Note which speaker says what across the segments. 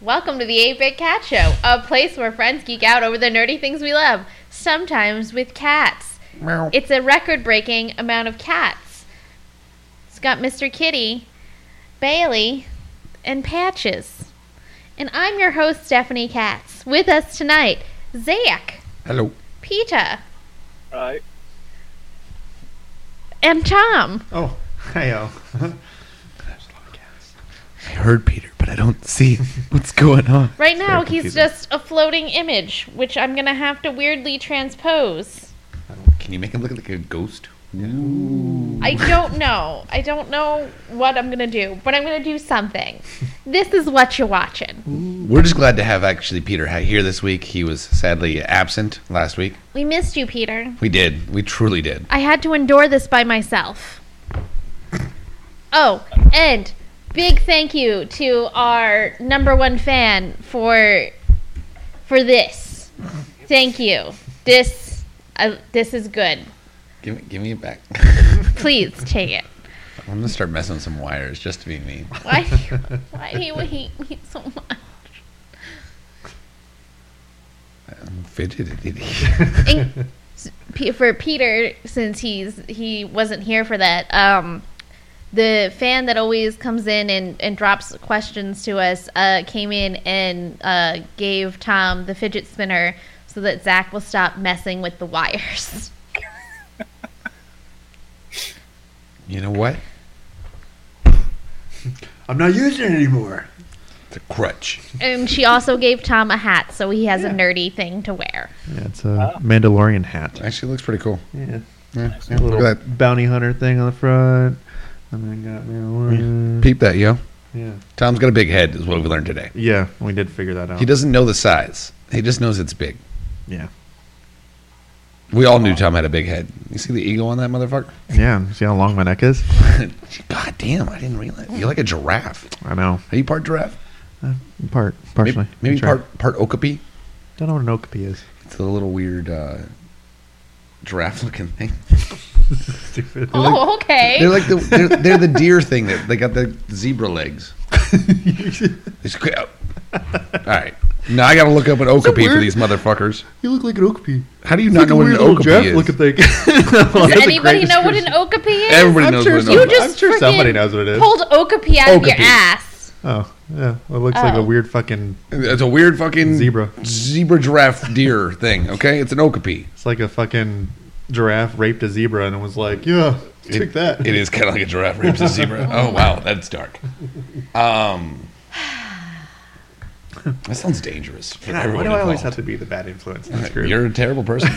Speaker 1: Welcome to the 8 Bit Cat Show, a place where friends geek out over the nerdy things we love, sometimes with cats.
Speaker 2: Meow.
Speaker 1: It's a record breaking amount of cats. It's got Mr. Kitty, Bailey, and Patches. And I'm your host, Stephanie Katz. With us tonight, Zach,
Speaker 2: Hello.
Speaker 1: Peta,
Speaker 3: Right.
Speaker 1: and Tom.
Speaker 2: Oh, hi, oh. I heard Peter, but I don't see what's going on.
Speaker 1: Right now,
Speaker 2: very
Speaker 1: he's
Speaker 2: confusing.
Speaker 1: just a floating image, which I'm going to have to weirdly transpose.
Speaker 4: Can you make him look like a ghost?
Speaker 1: I don't know. I don't know what I'm gonna do, but I'm gonna do something. This is what you're watching.
Speaker 4: We're just glad to have actually Peter ha- here this week. He was sadly absent last week.
Speaker 1: We missed you, Peter.
Speaker 4: We did. We truly did.
Speaker 1: I had to endure this by myself. Oh, and big thank you to our number one fan for for this. Thank you. This uh, this is good.
Speaker 4: Give me, give me it back.
Speaker 1: Please take it.
Speaker 4: I'm gonna start messing with some wires just to be mean.
Speaker 1: Why why do you hate me so much?
Speaker 4: I'm fidgety.
Speaker 1: And s- P- for Peter, since he's he wasn't here for that, um, the fan that always comes in and, and drops questions to us uh, came in and uh, gave Tom the fidget spinner so that Zach will stop messing with the wires.
Speaker 4: You know what?
Speaker 2: I'm not using it anymore.
Speaker 4: It's a crutch.
Speaker 1: And she also gave Tom a hat, so he has a nerdy thing to wear.
Speaker 5: Yeah, it's a Mandalorian hat.
Speaker 4: Actually, it looks pretty cool.
Speaker 5: Yeah,
Speaker 4: Yeah, yeah,
Speaker 5: a
Speaker 4: look
Speaker 5: little
Speaker 4: at
Speaker 5: bounty hunter thing on the front. And then got
Speaker 4: that.
Speaker 5: Mandalorian.
Speaker 4: Peep that, yo.
Speaker 5: Yeah,
Speaker 4: Tom's got a big head, is what we learned today.
Speaker 5: yeah, we did figure that out.
Speaker 4: He doesn't know the size. He just knows it's big.
Speaker 5: Yeah,
Speaker 4: We all knew Tom had a big head. You see the eagle on that motherfucker?
Speaker 5: yeah. See how long my neck is?
Speaker 4: God damn! I didn't realize you're like a giraffe.
Speaker 5: I know.
Speaker 4: Are you part giraffe?
Speaker 5: Part
Speaker 4: Maybe-
Speaker 5: partially.
Speaker 4: Maybe,
Speaker 5: That's right.
Speaker 4: part part okapi.
Speaker 5: Don't know what an okapi is.
Speaker 4: It's a little weird uh, giraffe-looking thing.
Speaker 5: Stupid.
Speaker 4: like-
Speaker 1: Oh, okay.
Speaker 4: They're like the they're, they're the deer thing that they got the zebra legs. It's cra- oh. All right, now I got to look up an okapi for
Speaker 5: weird?
Speaker 4: these motherfuckers.
Speaker 5: you look like an okapi.
Speaker 4: How do you not know what an okapi is?
Speaker 5: Look at the.
Speaker 1: Does anybody know what an okapi is?
Speaker 4: Everybody
Speaker 5: I'm
Speaker 4: knows
Speaker 5: sure
Speaker 4: what an
Speaker 5: some-
Speaker 1: you
Speaker 4: okapi.
Speaker 5: I'm
Speaker 1: just
Speaker 5: sure somebody
Speaker 1: freaking
Speaker 5: knows what it is.
Speaker 1: Pulled okapi out of your
Speaker 4: Okapi.
Speaker 1: ass.
Speaker 5: Oh, yeah. Well, it looks like
Speaker 1: Oh.
Speaker 5: a weird fucking.
Speaker 4: It's a weird fucking
Speaker 5: Zebra.
Speaker 4: zebra giraffe deer thing. Okay, it's an okapi.
Speaker 5: It's like a fucking giraffe raped a zebra and was like, yeah, take
Speaker 4: It-
Speaker 5: that.
Speaker 4: It is kind of like a giraffe rapes a zebra. Oh wow, that's dark. Um, that sounds dangerous for
Speaker 5: God, why
Speaker 4: everyone
Speaker 5: do I always have
Speaker 4: involved.
Speaker 5: to be the bad influence in this group?
Speaker 4: You're a terrible person.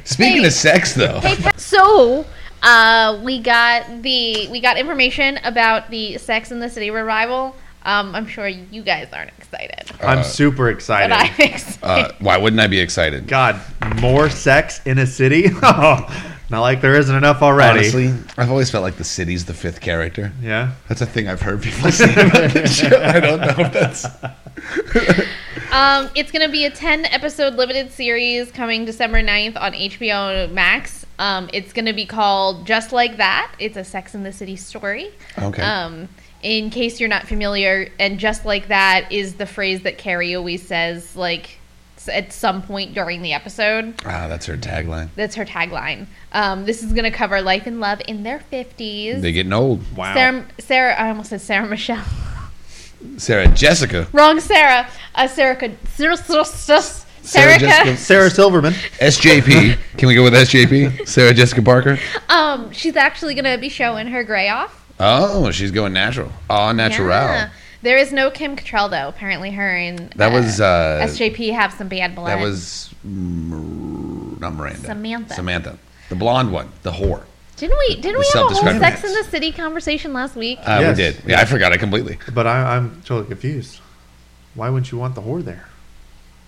Speaker 4: Speaking
Speaker 1: Hey.
Speaker 4: of sex, though,
Speaker 1: Hey, Pat- so uh, we got the we got information about the Sex in the City revival. Um, I'm sure you guys aren't excited,
Speaker 5: I'm super excited.
Speaker 1: but I'm excited.
Speaker 4: uh, why wouldn't I be excited?
Speaker 5: God, more sex in a city? Oh, Not like there isn't enough already.
Speaker 4: Honestly, I've always felt like the city's the fifth character.
Speaker 5: Yeah.
Speaker 4: That's a thing I've heard people say about the show. I don't know if that's.
Speaker 1: um, it's gonna be a 10 episode limited series coming December 9th on HBO Max. Um, it's gonna be called Just Like That. It's a Sex in the City story.
Speaker 4: Okay.
Speaker 1: Um, in case you're not familiar, and just like that is the phrase that Carrie always says, like s- at some point during the episode.
Speaker 4: Ah, that's her tagline.
Speaker 1: That's her tagline. Um, this is going to cover life and love in their 50s.
Speaker 4: They getting old.
Speaker 5: Wow.
Speaker 1: Sarah, Sarah, I almost said Sarah Michelle.
Speaker 4: Sarah Jessica,
Speaker 1: Wrong Sarah. Uh, Sarah, Sarah, Sarah,
Speaker 4: Sarah
Speaker 1: Sarah,
Speaker 4: Jessica-
Speaker 5: Sarah Silverman.
Speaker 4: SJP. Can we go with SJP? Sarah Jessica Parker.
Speaker 1: um, she's actually going to be showing her gray off.
Speaker 4: Oh, she's going natural. Ah, natural.
Speaker 1: Yeah. There is no Kim Cattrall, though. Apparently, her and
Speaker 4: That was uh,
Speaker 1: SJP have some bad blood.
Speaker 4: that was Mir- not Miranda.
Speaker 1: Samantha.
Speaker 4: Samantha, the blonde one, the whore.
Speaker 1: Didn't we? Didn't we
Speaker 4: the
Speaker 1: have a whole
Speaker 4: self-described
Speaker 1: Sex in
Speaker 4: romance.
Speaker 1: the City conversation last week?
Speaker 4: Uh,
Speaker 5: Yes.
Speaker 4: We did. Yeah, I forgot it completely.
Speaker 5: But I, I'm totally confused. Why wouldn't you want the whore there?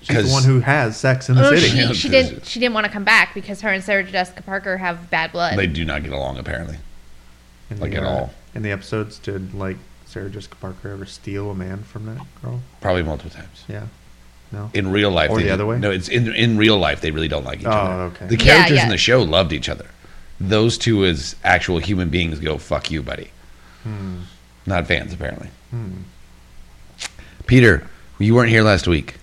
Speaker 5: She's
Speaker 4: 'Cause-
Speaker 5: the one who has sex in the
Speaker 1: Oh,
Speaker 5: city.
Speaker 1: she,
Speaker 4: Yeah,
Speaker 1: she
Speaker 4: this
Speaker 1: didn't.
Speaker 4: is-
Speaker 1: She didn't want to come back because her and Sarah Jessica Parker have bad blood.
Speaker 4: They do not get along apparently.
Speaker 5: In
Speaker 4: Like
Speaker 5: the,
Speaker 4: at
Speaker 5: uh,
Speaker 4: all.
Speaker 5: In the episodes, did like Sarah Jessica Parker ever steal a man from that girl?
Speaker 4: Probably multiple times.
Speaker 5: Yeah. No.
Speaker 4: In real life,
Speaker 5: Or
Speaker 4: they
Speaker 5: the
Speaker 4: did-
Speaker 5: other way?
Speaker 4: No, it's in in real life they really don't like each
Speaker 5: Oh,
Speaker 4: other.
Speaker 5: okay.
Speaker 4: The
Speaker 1: Yeah,
Speaker 4: characters
Speaker 1: yeah.
Speaker 4: in the show loved each other. Those two as actual human beings
Speaker 5: Hmm.
Speaker 4: go fuck you, buddy. Not fans apparently. Peter, you weren't here last week.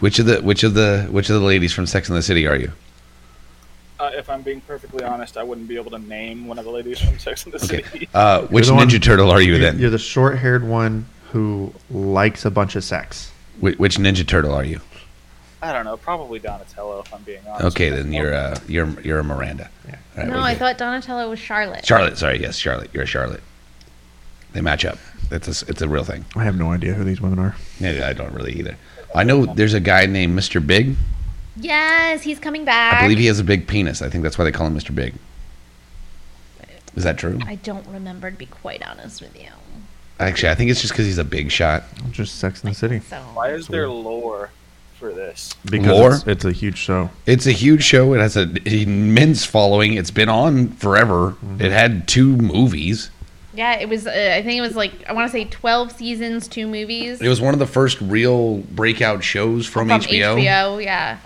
Speaker 4: Which of the which of the which of the ladies from Sex and the City are you?
Speaker 3: Uh, if I'm being perfectly honest, I wouldn't be able to name one of the ladies from Sex and the
Speaker 4: Okay.
Speaker 3: City.
Speaker 4: Uh, which
Speaker 5: the
Speaker 4: Ninja
Speaker 5: one-
Speaker 4: Turtle are you
Speaker 5: You're,
Speaker 4: then?
Speaker 5: you're the short-haired one who likes a bunch of sex.
Speaker 4: Whi- Which Ninja Turtle are you?
Speaker 3: I don't know. Probably Donatello, if I'm being honest.
Speaker 4: Okay, then you're uh, you're you're a Miranda.
Speaker 5: Yeah.
Speaker 4: All right,
Speaker 1: no,
Speaker 4: we're
Speaker 1: I
Speaker 4: good.
Speaker 1: thought Donatello was Charlotte.
Speaker 4: Charlotte. Sorry, yes, Charlotte. You're a Charlotte. They match up. That's a, s- it's a real thing.
Speaker 5: I have no idea who these women are.
Speaker 4: Yeah, I don't really either. I know there's a guy named Mr. Big.
Speaker 1: yes, he's coming back.
Speaker 4: I believe he has a big penis. I think that's why they call him Mr. Big. Is that true?
Speaker 1: I don't remember to be quite honest with you.
Speaker 4: Actually, I think it's just because he's a big shot.
Speaker 5: Just Sex in the City.
Speaker 1: So
Speaker 3: Why is there lore for this?
Speaker 4: Lore?
Speaker 5: Because it's, it's a huge show.
Speaker 4: It's a huge show. It has an immense following. It's been on forever. It had two movies.
Speaker 1: yeah, it was. Uh, I think it was like I want to say twelve seasons, two movies
Speaker 4: It was one of the first real breakout shows from,
Speaker 1: Oh,
Speaker 4: HBO.
Speaker 1: Yeah,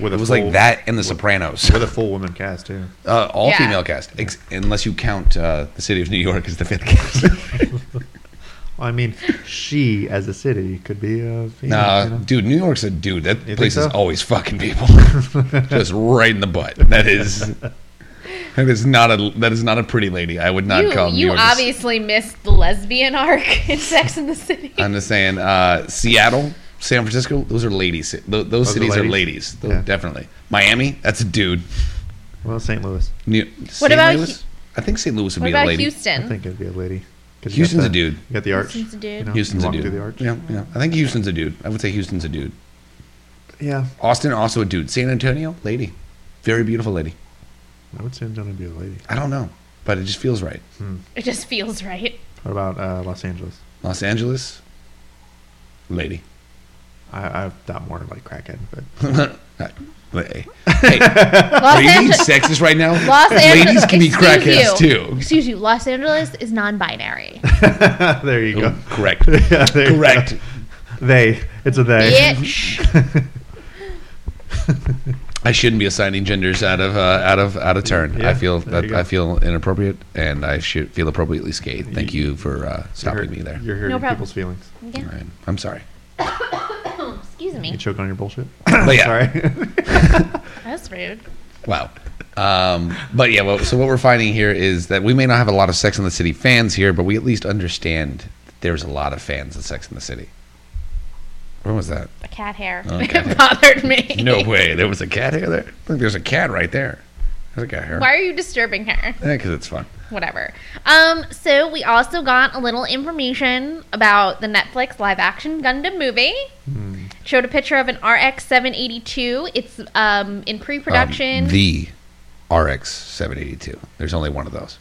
Speaker 5: With
Speaker 4: It was like that and The Sopranos.
Speaker 5: With a full woman cast too.
Speaker 4: Uh, all
Speaker 1: Yeah.
Speaker 4: female cast, ex- unless you count uh, the city of New York as the fifth cast.
Speaker 5: I mean, she as a city could be a female.
Speaker 4: nah,
Speaker 5: you know?
Speaker 4: dude, New York's a dude. That
Speaker 5: think
Speaker 4: place is
Speaker 5: so?
Speaker 4: always fucking people, just right in the butt. That is, that is not a that is not a pretty lady. I would not
Speaker 1: you
Speaker 4: call New
Speaker 1: you
Speaker 4: York. a-
Speaker 1: obviously missed the lesbian arc in Sex in the City.
Speaker 4: I'm just saying, uh, Seattle, San Francisco, those are ladies. Th- those cities are ladies,
Speaker 5: ladies?
Speaker 4: Tho-
Speaker 5: Yeah.
Speaker 4: definitely. Miami, that's a dude.
Speaker 5: Well, St. Louis.
Speaker 4: New- St.
Speaker 1: about
Speaker 4: Louis? I think St. Louis would
Speaker 1: what
Speaker 4: be a
Speaker 1: about
Speaker 4: lady.
Speaker 5: I
Speaker 1: Houston?
Speaker 5: think it'd be a lady. 'Cause you got
Speaker 4: Houston's
Speaker 5: the-
Speaker 4: a dude.
Speaker 5: You got the arch.
Speaker 1: Houston's a dude.
Speaker 5: you know,
Speaker 4: Houston's a
Speaker 5: you walk
Speaker 4: dude.
Speaker 5: Through the arch.
Speaker 4: Yeah, yeah. I think Houston's a dude. I would say Houston's a dude.
Speaker 5: Yeah,
Speaker 4: Austin also a dude. San Antonio, lady, very beautiful lady.
Speaker 5: I would say John would be a lady.
Speaker 4: I don't know, but it just feels right.
Speaker 1: It just feels right.
Speaker 5: What about uh, Los Angeles?
Speaker 4: Los Angeles, lady.
Speaker 5: I, I thought more like crackhead, but
Speaker 4: Hey, hey,
Speaker 1: Los,
Speaker 4: are you being
Speaker 1: Angeles.
Speaker 4: sexist right now?
Speaker 1: Los Angeles.
Speaker 4: Ladies can be
Speaker 1: excuse
Speaker 4: crackheads
Speaker 1: you.
Speaker 4: too.
Speaker 1: Excuse you. Los Angeles is non-binary.
Speaker 5: there you go.
Speaker 4: Correct.
Speaker 5: Yeah, there you
Speaker 4: Correct.
Speaker 5: go. They. It's a they.
Speaker 1: Bitch.
Speaker 4: I shouldn't be assigning genders out of uh, out of out of turn.
Speaker 5: Yeah,
Speaker 4: I feel
Speaker 5: there
Speaker 4: that
Speaker 5: you go.
Speaker 4: I feel inappropriate, and I should feel appropriately scathed. Thank
Speaker 5: You-
Speaker 4: you for uh,
Speaker 5: You're
Speaker 4: stopping
Speaker 5: hurt-
Speaker 4: me there.
Speaker 5: You're hurting
Speaker 1: problem.
Speaker 5: people's feelings.
Speaker 1: Yeah.
Speaker 4: All right. I'm sorry.
Speaker 1: Excuse
Speaker 5: You
Speaker 1: me.
Speaker 5: choke on your bullshit.
Speaker 4: But yeah,
Speaker 5: Sorry.
Speaker 1: That's rude.
Speaker 4: wow. Um, but yeah, well, so what we're finding here is that we may not have a lot of Sex in the City fans here, but we at least understand that there's a lot of fans of Sex in the City. Where was that?
Speaker 1: A cat hair.
Speaker 4: Oh, cat hair.
Speaker 1: it bothered me.
Speaker 4: No way. There was a cat hair there. Look, there's a cat right there. There's a cat hair.
Speaker 1: Why are you disturbing her?
Speaker 4: Because it's fun.
Speaker 1: Whatever. Um, so we also got a little information about the Netflix live action Gundam movie.
Speaker 4: Hmm.
Speaker 1: Showed a picture of an RX seven eighty two. It's um in pre production.
Speaker 4: Um, the RX 782. There's only one of those.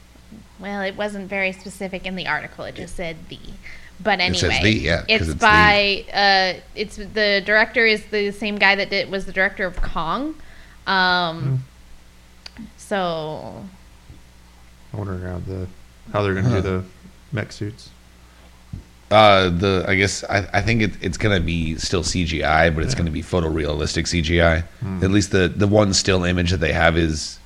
Speaker 1: well, it wasn't very specific in the article. It just said the. But anyway,
Speaker 4: It says the, yeah, 'cause
Speaker 1: it's,
Speaker 4: it's the.
Speaker 1: by uh, it's the director is the same guy that did, was the director of Kong, um,
Speaker 4: Hmm.
Speaker 1: so
Speaker 5: I wonder how the how they're gonna do the mech suits.
Speaker 4: Uh, the I guess I, I think it, it's gonna be still CGI, but it's gonna be photorealistic CGI. At least the the one still image that they have is.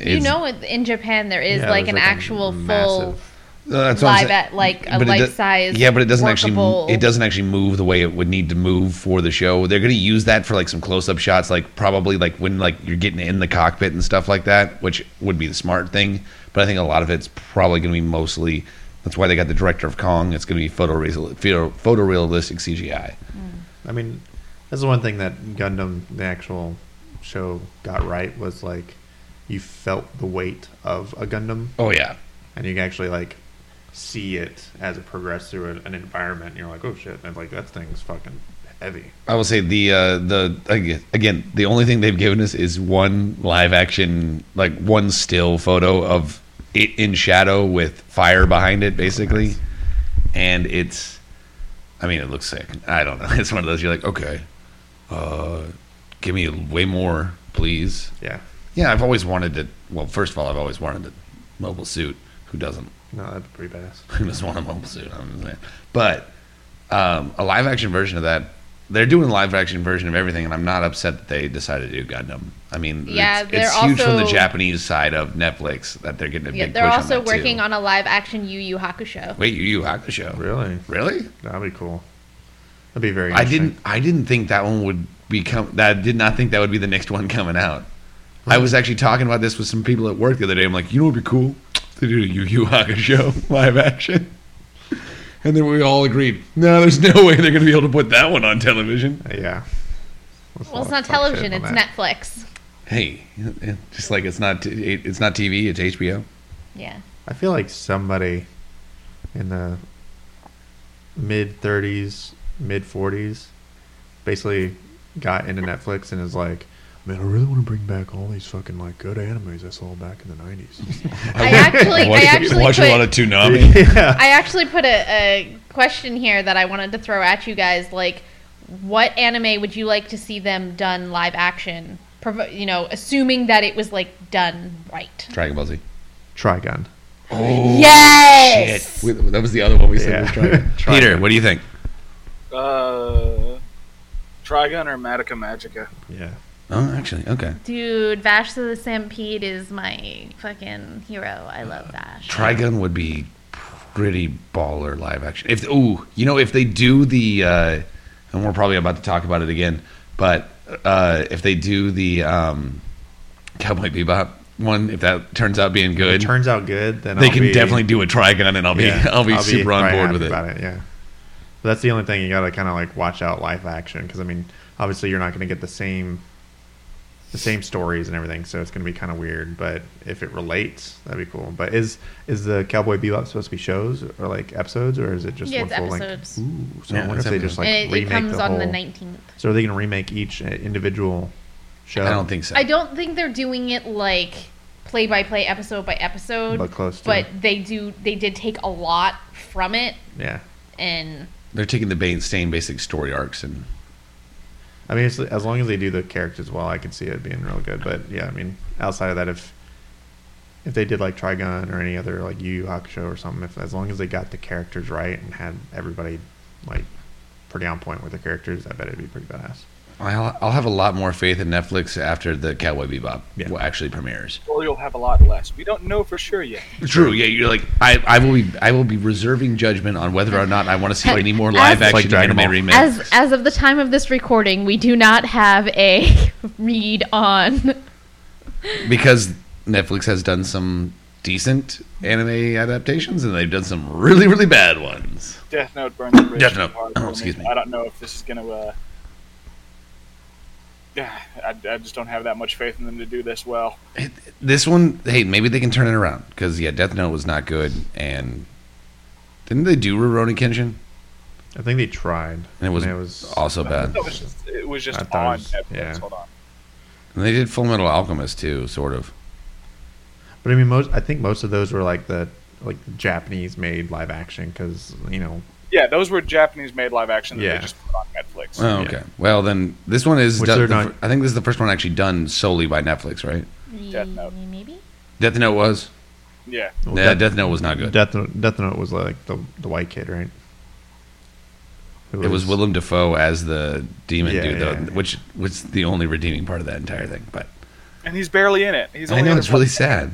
Speaker 1: you
Speaker 4: is-
Speaker 1: know in- in Japan there is
Speaker 5: Yeah,
Speaker 1: like
Speaker 5: there's,
Speaker 1: an
Speaker 5: like, a
Speaker 1: actual full
Speaker 5: massive-
Speaker 4: Uh, that's what I'm
Speaker 1: live
Speaker 4: saying.
Speaker 1: at like a
Speaker 4: But it do-
Speaker 1: life size
Speaker 4: Yeah, but it doesn't
Speaker 1: workable-
Speaker 4: actually it doesn't actually move the way it would need to move for the show. They're gonna use that for like some close up shots, like probably like when like you're getting in the cockpit and stuff like that, which would be the smart thing. But I think a lot of it's probably gonna be mostly. That's why they got the director of Kong. It's gonna be photoreal- photo photorealistic CGI.
Speaker 5: I mean, that's the one thing that Gundam, the actual show, got right was like you felt the weight of a Gundam,
Speaker 4: Oh yeah,
Speaker 5: and you can actually like see it as it progressed through an, an environment. And you're like, oh shit, and like that thing's fucking heavy.
Speaker 4: I will say the uh, the again, again the only thing they've given us is one live action like one still photo of it in shadow with fire behind it basically, and it's I mean it looks sick. I don't know. It's one of those you're like okay, uh, give me way more please.
Speaker 5: Yeah,
Speaker 4: Yeah, I've always wanted to. Well, first of all, I've always wanted a mobile suit. Who doesn't?
Speaker 5: no, that'd be pretty badass.
Speaker 4: Who doesn't want a mobile suit? I'm just saying. But um, a live action version of that, they're doing a live action version of everything, and I'm not upset that they decided to do Gundam. I mean,
Speaker 1: Yeah,
Speaker 4: it's,
Speaker 1: they're
Speaker 4: it's huge from the
Speaker 1: also-
Speaker 4: Japanese side of Netflix that they're getting a
Speaker 1: yeah,
Speaker 4: big
Speaker 1: they're
Speaker 4: push
Speaker 1: also
Speaker 4: on that
Speaker 1: working
Speaker 4: too.
Speaker 1: on a live action Yu Yu Hakusho
Speaker 4: Wait, Yu Yu Hakusho?
Speaker 5: Really,
Speaker 4: Really?
Speaker 5: that'd be cool. That'd be very.
Speaker 4: I
Speaker 5: Interesting.
Speaker 4: didn't. I didn't think that one would become. That I did not think that would be the next one coming out. I was actually talking about this with some people at work the other day. I'm like, you know, what'd be cool to do a Yu Yu Hakusho live action. And then we all agreed, no, there's no way they're going to be able to put that one on television.
Speaker 5: Yeah.
Speaker 4: Oh,
Speaker 5: That's a
Speaker 1: Well,
Speaker 5: lot
Speaker 1: it's
Speaker 5: of
Speaker 1: not
Speaker 5: fuck shit
Speaker 1: television;
Speaker 5: on
Speaker 1: it's
Speaker 5: that.
Speaker 1: Netflix.
Speaker 4: Hey, eh, just like it's not, it's not TV, it's HBO.
Speaker 1: Yeah.
Speaker 5: I feel like somebody in the mid 30s, mid 40s, basically got into Netflix and is like, man, I really want to bring back all these fucking like good animes I saw back in the 90s.
Speaker 1: I actually, I actually
Speaker 4: watch
Speaker 1: put,
Speaker 4: a lot of Toonami.
Speaker 5: yeah.
Speaker 1: I actually put a, a question here that I wanted to throw at you guys. Like, what anime would you like to see them done live action? Provo- you know, assuming that it was like done right.
Speaker 4: Dragon Ball Z.
Speaker 5: Trigun.
Speaker 4: Oh,
Speaker 1: yes.
Speaker 4: We, that was the other one we said
Speaker 5: Yeah.
Speaker 4: was Dragon.
Speaker 5: Trigun.
Speaker 4: Peter, what do you think?
Speaker 3: Uh, Trigun or Madoka Magica?
Speaker 5: Yeah.
Speaker 4: Oh, actually, okay.
Speaker 1: Dude, Vash the Stampede is my fucking hero. I love Vash.
Speaker 4: Trigun would be pretty baller live action. If ooh, you know, if they do the, uh, and we're probably about to talk about it again, but uh, if they do the um, Cowboy Bebop one, if that turns out being
Speaker 5: If
Speaker 4: good,
Speaker 5: it turns out good, then
Speaker 4: they
Speaker 5: I'll
Speaker 4: can
Speaker 5: be-
Speaker 4: definitely do a Trigun, and I'll be
Speaker 5: yeah,
Speaker 4: I'll be super on
Speaker 5: probably
Speaker 4: board
Speaker 5: happy
Speaker 4: with it.
Speaker 5: About it. Yeah. But that's the only thing you got to kind of like watch out live action because I mean, obviously you're not going to get the same the same stories and everything, so it's going to be kind of weird. But if it relates, that'd be cool. But is is the Cowboy Bebop supposed to be shows or like episodes, or is it just
Speaker 1: Yeah,
Speaker 5: one
Speaker 1: it's
Speaker 5: full
Speaker 1: episodes.
Speaker 5: length? Ooh, so
Speaker 4: Yeah,
Speaker 5: I wonder if
Speaker 4: it's
Speaker 5: they just like
Speaker 1: and it, it
Speaker 5: remake
Speaker 1: comes
Speaker 5: the
Speaker 1: on
Speaker 5: whole.
Speaker 1: the 19th.
Speaker 5: So are they going to remake each uh, individual show?
Speaker 4: I don't think so.
Speaker 1: I don't think they're doing it like play by play, episode by episode.
Speaker 5: But close to.
Speaker 1: But they do. They did take a lot from it,
Speaker 5: Yeah.
Speaker 1: and
Speaker 4: They're taking the ba- same basic story arcs and
Speaker 5: I mean, it's, as long as they do the characters well, I can see it being real good. But yeah, I mean, outside of that, if if they did like Trigun or any other like Yu Yu Hakusho or something, if as long as they got the characters right and had everybody like pretty on point with their characters, I bet it'd be pretty badass.
Speaker 4: I'll, I'll have a lot more faith in Netflix after the Cowboy Bebop
Speaker 5: Yeah.
Speaker 4: wa- actually premieres.
Speaker 3: Or you'll have a lot less. We don't know for sure yet.
Speaker 4: True. Yeah, you're like I, I will be I will be reserving judgment on whether or not I want to see any more live
Speaker 5: Like
Speaker 4: action
Speaker 5: Dragon
Speaker 4: anime
Speaker 5: Ball.
Speaker 4: remakes.
Speaker 1: as as of the time of this recording, we do not have a read on.
Speaker 4: because Netflix has done some decent anime adaptations and they've done some really really bad ones.
Speaker 3: Death Note burns the bridge.
Speaker 4: Death
Speaker 3: too
Speaker 4: Note.
Speaker 3: hard
Speaker 4: Oh,
Speaker 3: for
Speaker 4: excuse me.
Speaker 3: I don't know if this is gonna. Uh, yeah, I, I just don't have that much faith in them to do this well.
Speaker 4: This one, hey, maybe they can turn it around because yeah, Death Note was not good and didn't they do Rurouni Kenshin
Speaker 5: I think they tried,
Speaker 4: and it was,
Speaker 5: and it was
Speaker 4: also bad.
Speaker 3: That was just, it was just
Speaker 5: I thought it
Speaker 3: on
Speaker 5: was-
Speaker 3: Netflix.
Speaker 5: yeah.
Speaker 3: Hold on.
Speaker 4: And they did Full Metal Alchemist too, sort of.
Speaker 5: But I mean, most I think most of those were like the like Japanese made live action because you know
Speaker 3: Yeah, those were Japanese-made live action that
Speaker 5: Yeah.
Speaker 3: they just put on Netflix.
Speaker 4: Oh,
Speaker 5: Yeah.
Speaker 4: okay. Well, then this one is.
Speaker 5: Which
Speaker 4: do-
Speaker 5: they're
Speaker 4: the
Speaker 5: not-
Speaker 4: fir- I think this is the first one actually done solely by Netflix, right?
Speaker 3: Death Note.
Speaker 1: Maybe.
Speaker 4: Death Note was.
Speaker 3: yeah,
Speaker 5: well,
Speaker 4: yeah,
Speaker 5: Death-
Speaker 4: Death Note was not good.
Speaker 5: Death Note, Death Note was like the the white kid, right? Who
Speaker 4: it was Willem Dafoe as the demon
Speaker 5: Yeah,
Speaker 4: dude, though,
Speaker 5: yeah, yeah.
Speaker 4: which was the only redeeming part of that entire thing. But
Speaker 3: and he's barely in it. He's
Speaker 4: I
Speaker 3: only
Speaker 4: know,
Speaker 3: in
Speaker 4: it's
Speaker 3: it
Speaker 4: really
Speaker 3: once.
Speaker 4: sad.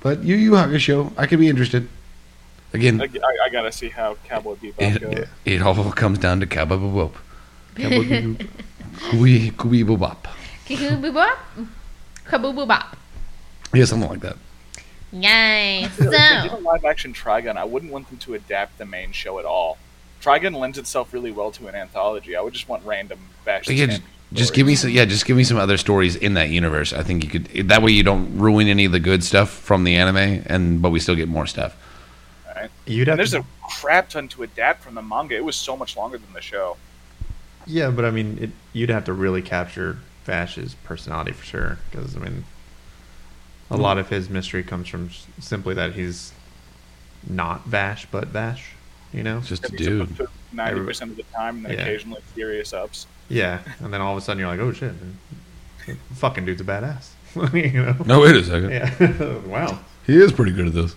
Speaker 4: but Yu Yu Hakusho, I could be interested. Again,
Speaker 3: I, I- I gotta see how Cowboy Bebop
Speaker 4: it,
Speaker 3: goes.
Speaker 4: it all comes down to kabababop. Kubi kubi bobop.
Speaker 1: Kaboo Kaboobop.
Speaker 4: Yeah, something like that.
Speaker 1: Yay.
Speaker 3: If they did a
Speaker 1: So,
Speaker 3: live action Trigun, I wouldn't want them to adapt the main show at all. Trigun lends itself really well to an anthology. I would just want random Bash.
Speaker 4: Yeah, just, just give me some. Yeah, just give me some other stories in that universe. I think you could. That way, you don't ruin any of the good stuff from the anime, and but we still get more stuff.
Speaker 5: You'd have
Speaker 3: And there's
Speaker 5: to-
Speaker 3: a crap ton to adapt from the manga. It was so much longer than the show.
Speaker 5: Yeah, but I mean, it, you'd have to really capture Vash's personality for sure, because I mean, a lot of his mystery comes from s- simply that he's not Vash, but Vash. You know?
Speaker 4: It's just a dude.
Speaker 3: Ninety percent of the time, and then
Speaker 5: Yeah.
Speaker 3: occasionally serious ups.
Speaker 5: Yeah, and then all of a sudden you're like, oh shit, man. The fucking dude's a badass. you know?
Speaker 4: No, wait a second.
Speaker 5: Yeah. wow.
Speaker 4: He is pretty good at this.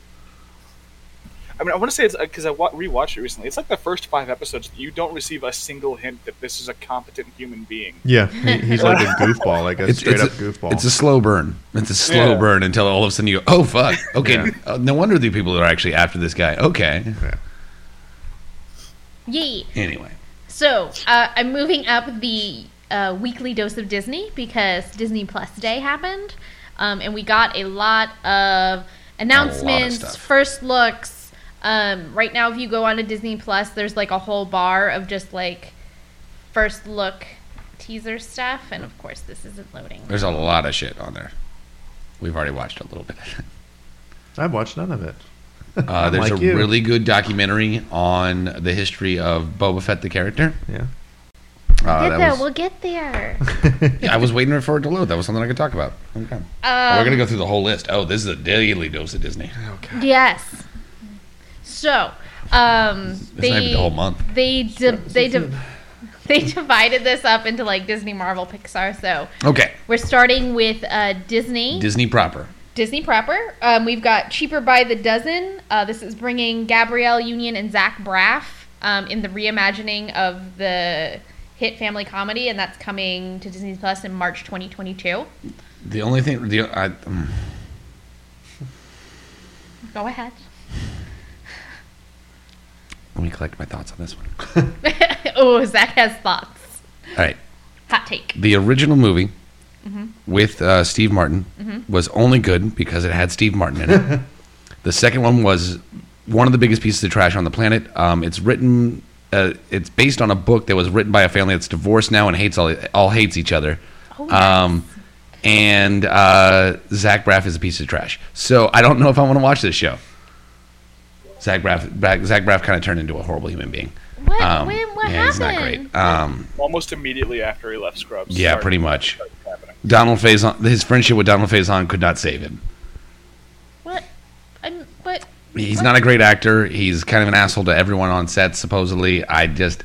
Speaker 3: I mean, I want to say it's because I wa- rewatched it recently. It's like the first five episodes. You don't receive a single hint that this is a competent human being.
Speaker 5: Yeah, he, he's like a goofball, like a straight
Speaker 4: a,
Speaker 5: up goofball.
Speaker 4: It's a slow burn. It's a slow
Speaker 3: Yeah.
Speaker 4: burn until all of a sudden you go, oh fuck. Okay,
Speaker 5: Yeah.
Speaker 4: uh, no wonder the people are actually after this guy. Okay,
Speaker 5: yeah.
Speaker 1: Yee.
Speaker 4: Anyway,
Speaker 1: So uh, I'm moving up the uh, weekly dose of Disney because Disney Plus Day happened, um, and we got a lot of announcements,
Speaker 4: stuff.
Speaker 1: first looks. Um, right now, if you go on to Disney Plus, there's like a whole bar of just like first look teaser stuff, and of course, this isn't loading.
Speaker 4: there's a lot of shit on there. We've already watched a little bit.
Speaker 5: I've watched none of it.
Speaker 4: Uh, there's
Speaker 5: Like
Speaker 4: a
Speaker 5: you.
Speaker 4: really good documentary on the history of Boba Fett the character.
Speaker 5: Yeah.
Speaker 4: Uh,
Speaker 1: get
Speaker 4: that
Speaker 1: there,
Speaker 4: was-
Speaker 1: we'll get there.
Speaker 4: I was waiting for it to load. That was something I could talk about. Okay. We're
Speaker 5: Um,
Speaker 4: gonna go through the whole list. Oh, this is a daily dose of Disney.
Speaker 1: Yes. So, um,
Speaker 4: It's not even
Speaker 1: they
Speaker 4: the whole month.
Speaker 1: they di- they di- they divided this up into like Disney, Marvel, Pixar. So
Speaker 4: Okay,
Speaker 1: we're starting with uh, Disney,
Speaker 4: Disney proper.
Speaker 1: Disney proper. Um, we've got Cheaper by the Dozen. Uh, this is bringing Gabrielle Union and Zach Braff um, in the reimagining of the hit family comedy, and that's coming to Disney Plus in March 2022.
Speaker 4: The only thing, the I, mm,
Speaker 1: Go ahead.
Speaker 4: let me collect my thoughts on this one.
Speaker 1: oh, Zach has thoughts.
Speaker 4: All right,
Speaker 1: Hot take.
Speaker 4: the original movie
Speaker 1: Mm-hmm.
Speaker 4: with uh, Steve Martin was only good because it had Steve Martin in it. the second one was one of the biggest pieces of trash on the planet. Um, it's written, uh, it's based on a book that was written by a family that's divorced now and hates all, all hates each other.
Speaker 1: Oh,
Speaker 4: Um, and uh, Zach Braff is a piece of trash. So I don't know if I want to watch this show. Zach Braff, Bra- Zach Braff kind of turned into a horrible human being. Um,
Speaker 1: What? when, what happened?
Speaker 4: yeah, he's not great. Um,
Speaker 3: Almost immediately after he left Scrubs.
Speaker 4: yeah,
Speaker 3: started-
Speaker 4: pretty much.
Speaker 3: started happening.
Speaker 4: Donald Faison, his friendship with Donald Faison could not save him.
Speaker 1: What? I'm, what?
Speaker 4: He's not a great actor. He's kind of an asshole to everyone on set. Supposedly, I just,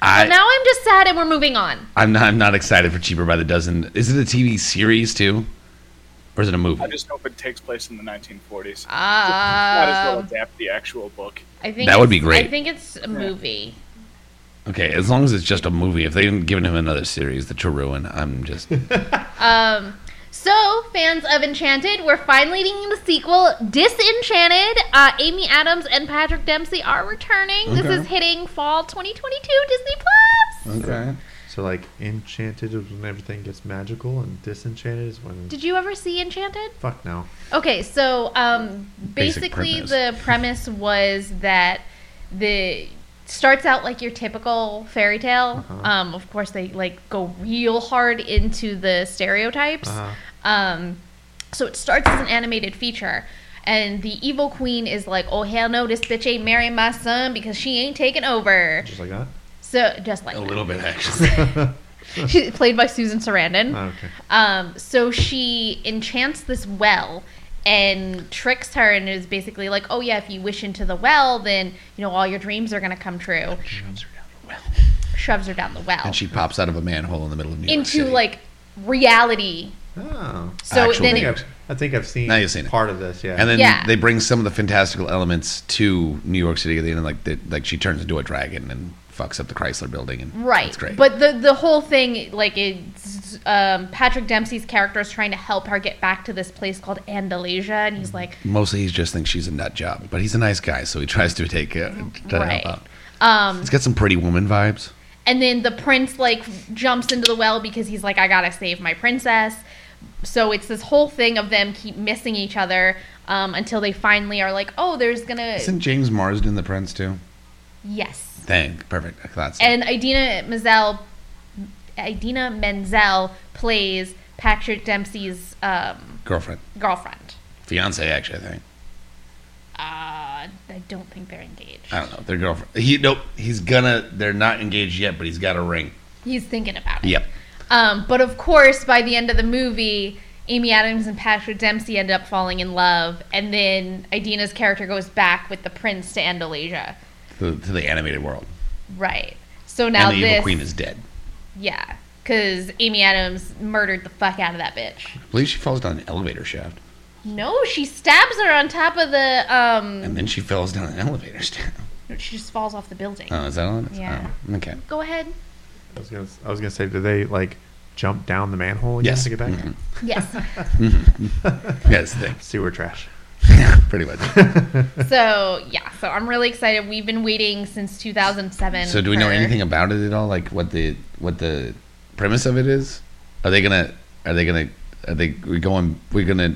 Speaker 4: I,
Speaker 1: well, now I'm just sad, and we're moving on.
Speaker 4: I'm not, I'm not excited for Cheaper by the Dozen. Is it a TV series too, or is it a movie?
Speaker 3: I just hope it takes place in the 1940s. Might as well
Speaker 1: Um,
Speaker 3: adapt the actual book.
Speaker 1: I think
Speaker 4: That would
Speaker 1: it's-
Speaker 4: be great.
Speaker 1: I think it's a movie.
Speaker 4: Okay, as long as it's just a movie. If they didn't give him another series, the Ruin, I'm just
Speaker 1: Um, so fans of Enchanted, we're finally getting the sequel, Disenchanted. Uh, Amy Adams and Patrick Dempsey are returning. This is hitting fall 2022 Disney Plus.
Speaker 4: okay.
Speaker 5: So like enchanted is when everything gets magical and disenchanted is when
Speaker 1: Did you ever see Enchanted?
Speaker 5: fuck no.
Speaker 1: Okay, so um,
Speaker 4: Basic
Speaker 1: basically
Speaker 4: premise.
Speaker 1: the premise was that the starts out like your typical fairy tale.
Speaker 5: Uh-huh.
Speaker 1: Um, of course, they like go real hard into the stereotypes.
Speaker 5: Uh-huh.
Speaker 1: Um, so it starts as an animated feature, and the evil queen is like, "Oh hell no, this bitch ain't marrying my son because she ain't taking over."
Speaker 5: Just like that?
Speaker 1: So just like
Speaker 4: A
Speaker 1: that.
Speaker 4: little bit actually.
Speaker 1: She's played by Susan
Speaker 4: Mm.
Speaker 1: Sarandon.
Speaker 4: Uh-huh.
Speaker 5: Oh, okay.
Speaker 1: Um, so she enchants this well and tricks her and is basically like, oh yeah, if you wish into the well, then you know all your dreams are gonna come true. Shoves her down the well.
Speaker 4: and she pops out of a manhole in the middle of New York
Speaker 1: into
Speaker 4: City.
Speaker 1: like reality.
Speaker 5: Oh.
Speaker 1: So
Speaker 4: Actual
Speaker 1: then
Speaker 5: I think
Speaker 1: it,
Speaker 5: I've, I think I've seen,
Speaker 4: Now you've seen it.
Speaker 5: part of this, yeah.
Speaker 4: and then
Speaker 1: yeah.
Speaker 4: they bring some of the fantastical elements to New York City at the end, like the, like she turns into a dragon and fucks up the Chrysler Building, and
Speaker 1: right.
Speaker 4: it's great.
Speaker 1: But the the whole thing, like it's um, Patrick Dempsey's character is trying to help her get back to this place called Andalasia, and
Speaker 4: Mm-hmm.
Speaker 1: he's like,
Speaker 4: mostly he just thinks she's a nut job, but he's a nice guy, so he tries to take uh, to
Speaker 1: Right.
Speaker 4: help out.
Speaker 1: um, uh,
Speaker 4: It's got some pretty woman vibes.
Speaker 1: And then the prince like jumps into the well because he's like, I gotta save my princess. So it's this whole thing of them keep missing each other um, until they finally are like, oh, there's gonna
Speaker 4: Isn't James Marsden the prince too?
Speaker 1: yes.
Speaker 4: Dang, perfect. I thought so.
Speaker 1: And Idina Menzel, Idina Menzel plays Patrick Dempsey's um,
Speaker 4: Girlfriend,
Speaker 1: girlfriend.
Speaker 4: fiance, actually, I think.
Speaker 1: Uh, I don't think they're engaged.
Speaker 4: I don't know. Their girlfriend. He nope. He's gonna. They're not engaged yet, but he's got a ring.
Speaker 1: He's thinking about it.
Speaker 4: Yep.
Speaker 1: Um, but of course, by the end of the movie, Amy Adams and Patrick Dempsey end up falling in love, and then Idina's character goes back with the prince to Andalasia.
Speaker 4: To, to the animated world,
Speaker 1: Right. So now
Speaker 4: and the
Speaker 1: this,
Speaker 4: evil queen is dead.
Speaker 1: yeah, because Amy Adams murdered the fuck out of that bitch.
Speaker 4: I believe she falls down an elevator shaft,
Speaker 1: No, she stabs her on top of the um.
Speaker 4: and then she falls down an elevator shaft.
Speaker 1: She just falls off the building.
Speaker 4: Oh, is that all? it is?
Speaker 1: Yeah.
Speaker 4: Oh, okay.
Speaker 1: Go ahead.
Speaker 5: I was gonna I was gonna say, did they like jump down the manhole again
Speaker 4: Yes. Mm-hmm.
Speaker 5: to get back?
Speaker 4: Mhm.
Speaker 1: Yes.
Speaker 4: Yes. Thanks.
Speaker 5: Sewer trash.
Speaker 4: pretty much.
Speaker 1: So yeah, so I'm really excited. We've been waiting since 2007.
Speaker 4: So do we know
Speaker 1: for-
Speaker 4: anything about it at all? Like what the what the premise of it is? Are they gonna are they gonna are they we going we're gonna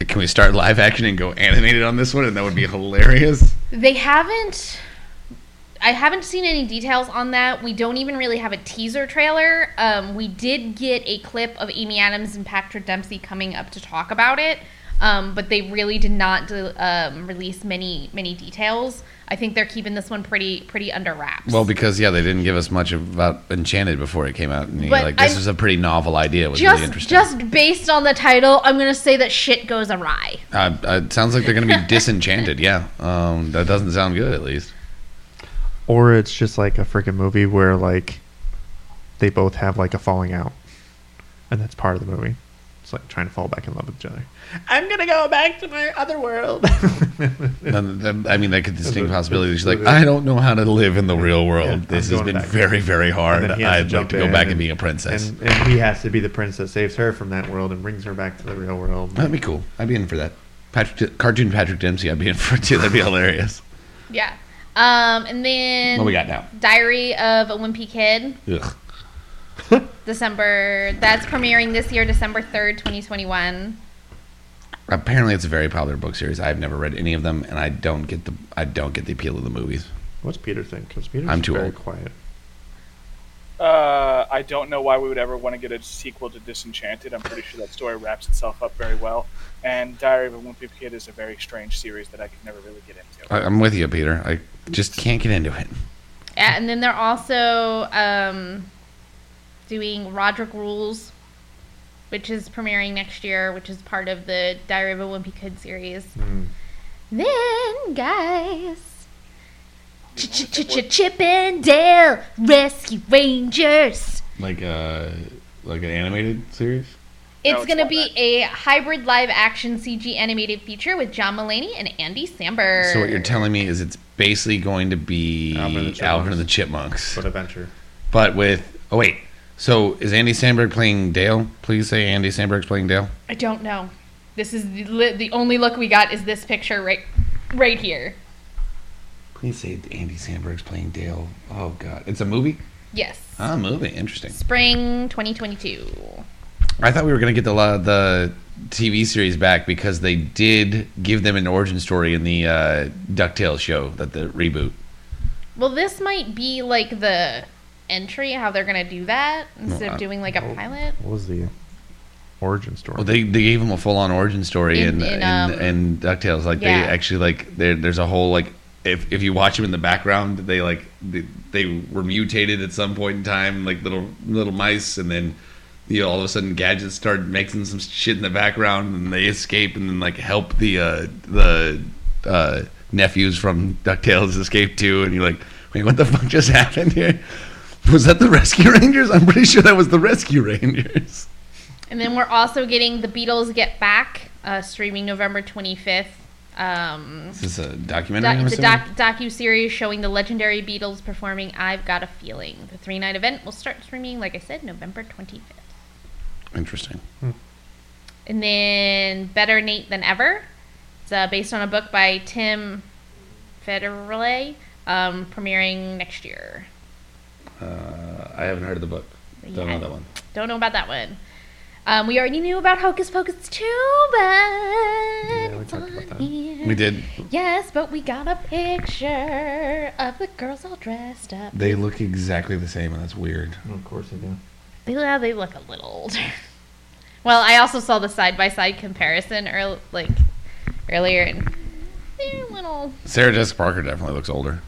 Speaker 4: can we start live action and go animated on this one and that would be hilarious?
Speaker 1: They haven't. I haven't seen any details on that. We don't even really have a teaser trailer. Um, we did get a clip of Amy Adams and Patrick Dempsey coming up to talk about it, um, but they really did not um, release many many details. I think they're keeping this one pretty pretty under wraps.
Speaker 4: Well, because yeah, they didn't give us much about Enchanted before it came out, and you're
Speaker 1: But
Speaker 4: like this
Speaker 1: I'm-
Speaker 4: is a pretty novel idea. It was
Speaker 1: just
Speaker 4: really interesting.
Speaker 1: just based on the title, I'm gonna say that shit goes awry.
Speaker 4: Uh, uh, it sounds like they're gonna be disenchanted. Yeah, um, that doesn't sound good. At least
Speaker 5: Or it's just like a freaking movie where like they both have like a falling out, and that's part of the movie. It's like trying to fall back in love with each other. I'm gonna go back to my other world.
Speaker 4: None of the- I mean, that could distinct
Speaker 5: the-
Speaker 4: possibility. She's like,
Speaker 5: the-
Speaker 4: I don't know how to live in the real world.
Speaker 5: Yeah, I'm
Speaker 4: this has
Speaker 5: going
Speaker 4: been
Speaker 5: back."
Speaker 4: very, very hard.
Speaker 5: And then he has to
Speaker 4: I'd like
Speaker 5: jump
Speaker 4: to go
Speaker 5: in
Speaker 4: back and, be a princess.
Speaker 5: and, and he has to be the prince that saves her from that world and brings her back to the real world.
Speaker 4: That'd be cool. I'd be in for that. Patrick, cartoon Patrick Dempsey, I'd be in for it too. That'd be hilarious.
Speaker 1: Yeah. Um, and then
Speaker 4: What we got now?
Speaker 1: Diary of a Wimpy Kid.
Speaker 4: Ugh.
Speaker 1: December. That's premiering this year, December third, twenty twenty one.
Speaker 4: Apparently, it's a very popular book series. I've never read any of them, and I don't get the I don't get the appeal of the movies.
Speaker 5: What's Peter think? Because Peter's
Speaker 4: I'm too
Speaker 5: very
Speaker 4: old.
Speaker 5: quiet.
Speaker 3: Uh, I don't know why we would ever want to get a sequel to Disenchanted. I'm pretty sure that story wraps itself up very well. And Diary of a Wimpy Kid is a very strange series that I could never really get into.
Speaker 4: I, I'm with you, Peter. I just can't get into it.
Speaker 1: And then they're also um, doing Roderick Rules, which is premiering next year, which is part of the Diary of a Wimpy Kid series. Then, guys, Chip and Dale Rescue Rangers.
Speaker 4: Like uh, like an animated series.
Speaker 1: It's
Speaker 3: it's
Speaker 1: going to
Speaker 3: not
Speaker 1: be a hybrid live action CG animated feature with John Mulaney and Andy Samberg.
Speaker 4: So what you're telling me is it's basically going to be
Speaker 5: Alvin and the
Speaker 4: Alvin and the Chipmunks,
Speaker 5: But adventure.
Speaker 4: but with oh wait, so is Andy Sandberg playing Dale? Please say Andy Sandberg's playing Dale.
Speaker 1: I don't know. This is the, li- the only look we got is this picture right right here.
Speaker 4: Please say Andy Sandberg's playing Dale. Oh god, it's a movie.
Speaker 1: Yes.
Speaker 4: Ah, movie. Interesting.
Speaker 1: Spring 2022.
Speaker 4: I thought we were gonna get the la- the TV series back because they did give them an origin story in the uh, Ducktales show that the reboot.
Speaker 1: Well, this might be like the entry how they're going to do that instead
Speaker 4: Well, I-
Speaker 1: of doing like a pilot.
Speaker 5: What was the origin story?
Speaker 4: Well, they they gave him a full on origin story
Speaker 1: In-
Speaker 4: in
Speaker 1: in,
Speaker 4: in,
Speaker 1: um,
Speaker 4: in, Ducktales. Like
Speaker 1: yeah.
Speaker 4: they actually like there there's a whole like if if you watch him in the background, they like they, they were mutated at some point in time, like little little mice, and then you know all of a sudden gadgets started making some shit in the background, and they escape and then like help the uh, the uh, nephews from Ducktales escape too, and you're like, wait, what the fuck just happened here? Was that the Rescue Rangers? I'm pretty sure that was the Rescue Rangers.
Speaker 1: And then we're also getting The Beatles Get Back, uh, streaming November 25th. Um,
Speaker 4: Is this a documentary?
Speaker 1: doc,
Speaker 4: I'm
Speaker 1: it's a
Speaker 4: assuming?
Speaker 1: doc, docu-series showing the legendary Beatles performing I've Got a Feeling. The three-night event will start streaming, like I said, November 25th.
Speaker 4: Interesting.
Speaker 1: And then Better Nate Than Ever. It's uh, based on a book by Tim Federle, um, premiering next year.
Speaker 4: Uh, I haven't heard of the book. Don't
Speaker 1: Yeah.
Speaker 4: know that one.
Speaker 1: Don't know about that one. Um, we already knew about Hocus Pocus 2, but
Speaker 5: we
Speaker 1: it's
Speaker 5: talked about
Speaker 1: on
Speaker 5: that.
Speaker 1: here.
Speaker 4: We did.
Speaker 1: Yes, but we got a picture of the girls all dressed up.
Speaker 4: They look exactly the same, and that's weird.
Speaker 5: of course they do.
Speaker 1: They, well, they look a little older. well, I also saw the side by side comparison earl- like earlier, and they're a little
Speaker 4: Sarah Jessica Parker definitely looks older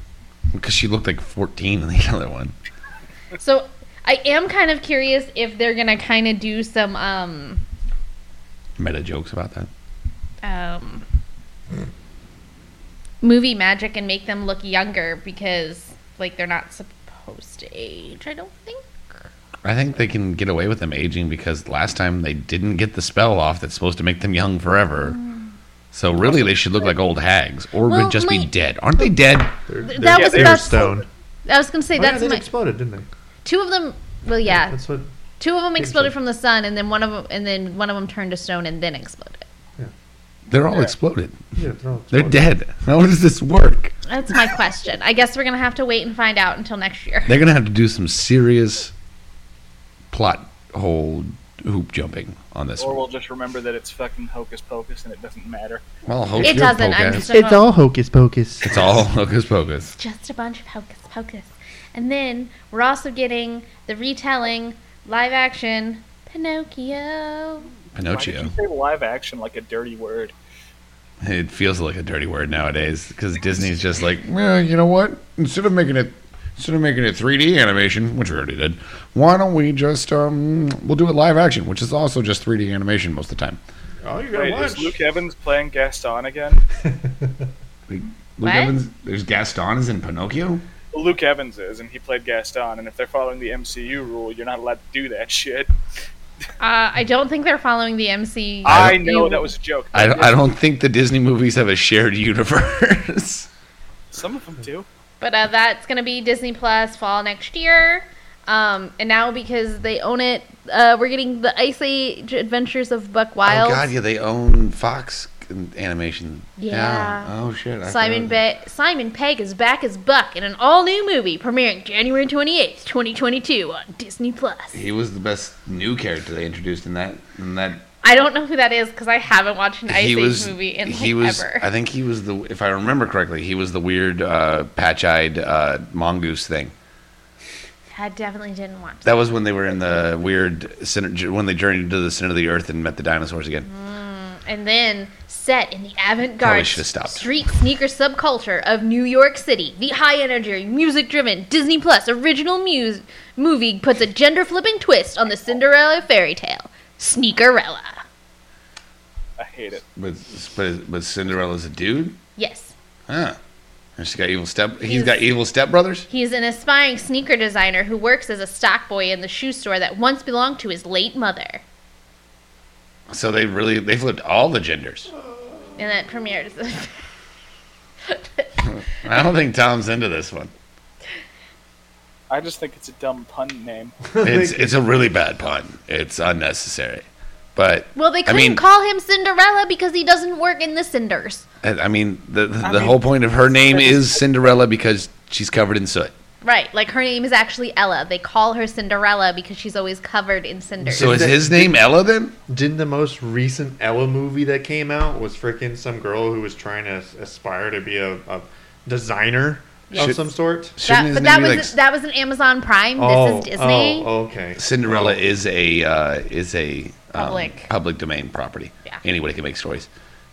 Speaker 4: because she looked like 14 in the other one.
Speaker 1: So I am kind of curious if they're gonna kind of do some um
Speaker 4: Meta jokes about that.
Speaker 1: um movie magic and make them look younger because like they're not supposed to age. I don't think.
Speaker 4: I think they can get away with them aging because last time they didn't get the spell off that's supposed to make them young forever. So really, they should look like old hags, or
Speaker 1: Mm. Well,
Speaker 4: would just be
Speaker 1: my-
Speaker 4: dead. Aren't they dead?
Speaker 1: that
Speaker 5: they're-
Speaker 1: was-
Speaker 5: they're
Speaker 1: that's-
Speaker 5: stoned.
Speaker 1: I was gonna say
Speaker 5: Oh, yeah,
Speaker 1: that's
Speaker 5: they
Speaker 1: my
Speaker 5: exploded, didn't they?
Speaker 1: two of them. Well, yeah,
Speaker 5: That's what.
Speaker 1: two of them
Speaker 5: think
Speaker 1: exploded
Speaker 5: so.
Speaker 1: from the sun, and then one of them, and then one of them turned to stone and then exploded.
Speaker 4: They're all
Speaker 3: Yeah.
Speaker 4: exploded.
Speaker 5: Yeah, they're, all
Speaker 4: They're dead. How does this work?
Speaker 1: That's my question. I guess we're gonna have to wait and find out until next year.
Speaker 4: They're gonna have to do some serious plot hole hoop jumping on this.
Speaker 3: Or
Speaker 4: one.
Speaker 3: we'll just remember that it's fucking hocus pocus and it doesn't matter.
Speaker 4: Well, hope
Speaker 1: It
Speaker 4: you're
Speaker 1: doesn't. I'm
Speaker 4: poke-ass.
Speaker 1: just
Speaker 5: It's all hocus pocus.
Speaker 4: It's all hocus pocus.
Speaker 1: just a bunch of hocus pocus. And then we're also getting the retelling live action Pinocchio.
Speaker 3: Why
Speaker 4: Pinocchio.
Speaker 3: did you say live action like a dirty word?
Speaker 4: It feels like a dirty word nowadays because Disney's just like, well, you know what? Instead of making it, instead of making it 3D animation, which we already did, why don't we just um, we'll do it live action, which is also just 3D animation most of the time.
Speaker 5: Oh, you
Speaker 3: Wait, is Luke Evans playing Gaston again?
Speaker 4: Luke
Speaker 1: What?
Speaker 4: Evans, there's Gaston is in Pinocchio.
Speaker 3: Luke Evans is, and he played Gaston. And if they're following the MCU rule, you're not allowed to do that shit.
Speaker 1: Uh, I don't think they're following the MC.
Speaker 3: I know that was a joke.
Speaker 4: I, I don't think the Disney movies have a shared universe.
Speaker 3: Some of them do.
Speaker 1: But uh, that's going to be Disney Plus fall next year. Um, and now because they own it, uh, we're getting the Ice Age Adventures of Buck
Speaker 4: oh
Speaker 1: Wild.
Speaker 4: God, yeah, they own Fox animation.
Speaker 1: Yeah.
Speaker 4: Oh shit. I
Speaker 1: Simon
Speaker 4: forgot.
Speaker 1: Be- Simon Pegg is back as Buck in an all-new movie premiering January 28th, 2022 on Disney Plus.
Speaker 4: He was the best new character they introduced in that in that
Speaker 1: I don't know who that is because I haven't watched an Ice Age movie in
Speaker 4: he
Speaker 1: like,
Speaker 4: was,
Speaker 1: ever.
Speaker 4: I think he was the, if I remember correctly, he was the weird uh, patch-eyed uh, mongoose thing.
Speaker 1: I definitely didn't watch that.
Speaker 4: That was when they were in the weird center, when they journeyed to the center of the earth and met the dinosaurs again.
Speaker 1: Mm-hmm. And then set in the
Speaker 4: Probably
Speaker 1: avant-garde
Speaker 4: should've stopped.
Speaker 1: street sneaker subculture of New York City, the high-energy, music-driven Disney Plus original mu- movie puts a gender-flipping twist on the Cinderella fairy tale, Sneakerella.
Speaker 3: I hate it.
Speaker 4: But but, but Cinderella's a dude,
Speaker 1: Yes.
Speaker 4: huh? And she's got evil step. he's
Speaker 1: He's-
Speaker 4: got evil stepbrothers.
Speaker 1: He's an aspiring sneaker designer who works as a stock boy in the shoe store that once belonged to his late mother.
Speaker 4: So they really they flipped all the genders.
Speaker 1: And that premieres.
Speaker 4: I don't think Tom's into this one.
Speaker 3: I just think it's a dumb pun name.
Speaker 4: It's it's a really bad pun. It's unnecessary. But
Speaker 1: well, they
Speaker 4: I
Speaker 1: couldn't
Speaker 4: mean,
Speaker 1: call him Cinderella because he doesn't work in the cinders.
Speaker 4: And, I mean, the the,
Speaker 3: I
Speaker 4: the
Speaker 3: mean-
Speaker 4: whole point of her name is Cinderella because she's covered in soot.
Speaker 1: Right, like her name is actually Ella. They call her Cinderella because she's always covered in cinders.
Speaker 4: So is
Speaker 5: that-
Speaker 4: his name Ella then?
Speaker 5: Didn't the most recent Ella movie that came out was freaking some girl who was trying to as- aspire to be a, a designer
Speaker 4: Should-
Speaker 5: of some sort?
Speaker 1: that,
Speaker 4: Shouldn't his
Speaker 1: but
Speaker 4: name
Speaker 1: that
Speaker 4: be
Speaker 1: was
Speaker 4: like
Speaker 1: that was an Amazon Prime.
Speaker 5: oh,
Speaker 1: this is Disney.
Speaker 5: Oh, okay.
Speaker 4: Cinderella
Speaker 5: Oh.
Speaker 4: is a uh, is a um,
Speaker 1: Public.
Speaker 4: public domain property.
Speaker 1: Yeah.
Speaker 4: Anybody can make stories.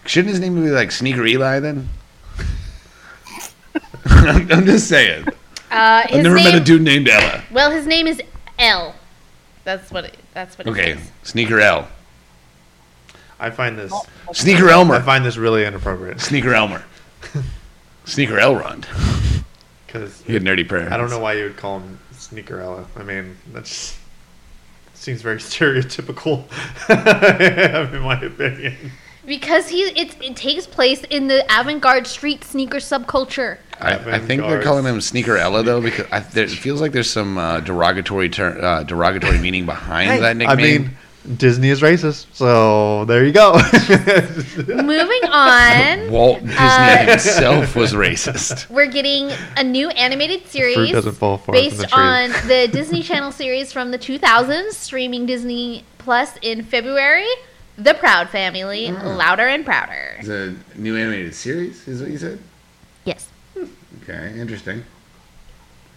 Speaker 4: Shouldn't his name be like Sneaker Eli then? I'm I'm just saying.
Speaker 1: Uh,
Speaker 4: oh. I've
Speaker 1: his
Speaker 4: never
Speaker 1: name,
Speaker 4: met a dude named Ella.
Speaker 1: Well, his name is L. That's what. It, that's what. It
Speaker 4: Okay,
Speaker 1: is.
Speaker 4: Sneaker L.
Speaker 5: I find this.
Speaker 4: Sneaker
Speaker 5: I
Speaker 4: Elmer.
Speaker 5: find this really inappropriate
Speaker 4: Sneaker Elmer. Sneaker Elrond.
Speaker 5: because
Speaker 4: You had nerdy prayer.
Speaker 5: I don't know why you would call him Sneakerella. I mean, that's seems very stereotypical, in my opinion.
Speaker 1: Because he it, it takes place in the avant-garde street sneaker subculture.
Speaker 4: I, I think they're calling him Sneaker Ella though because I, there, it feels like there's some uh, derogatory ter- uh, derogatory meaning behind that
Speaker 5: I
Speaker 4: nickname.
Speaker 5: mean, Disney is racist, so there you go.
Speaker 1: Moving on,
Speaker 4: Walt Disney
Speaker 1: Uh,
Speaker 4: himself was racist.
Speaker 1: we're getting a new animated series
Speaker 5: doesn't fall far from
Speaker 1: based
Speaker 5: the tree.
Speaker 1: on the Disney Channel series from the 2000s, streaming Disney Plus in February. The Proud Family,
Speaker 4: Mm.
Speaker 1: louder and prouder.
Speaker 4: It's a new animated series, is what you said.
Speaker 1: Yes,
Speaker 4: Okay, interesting.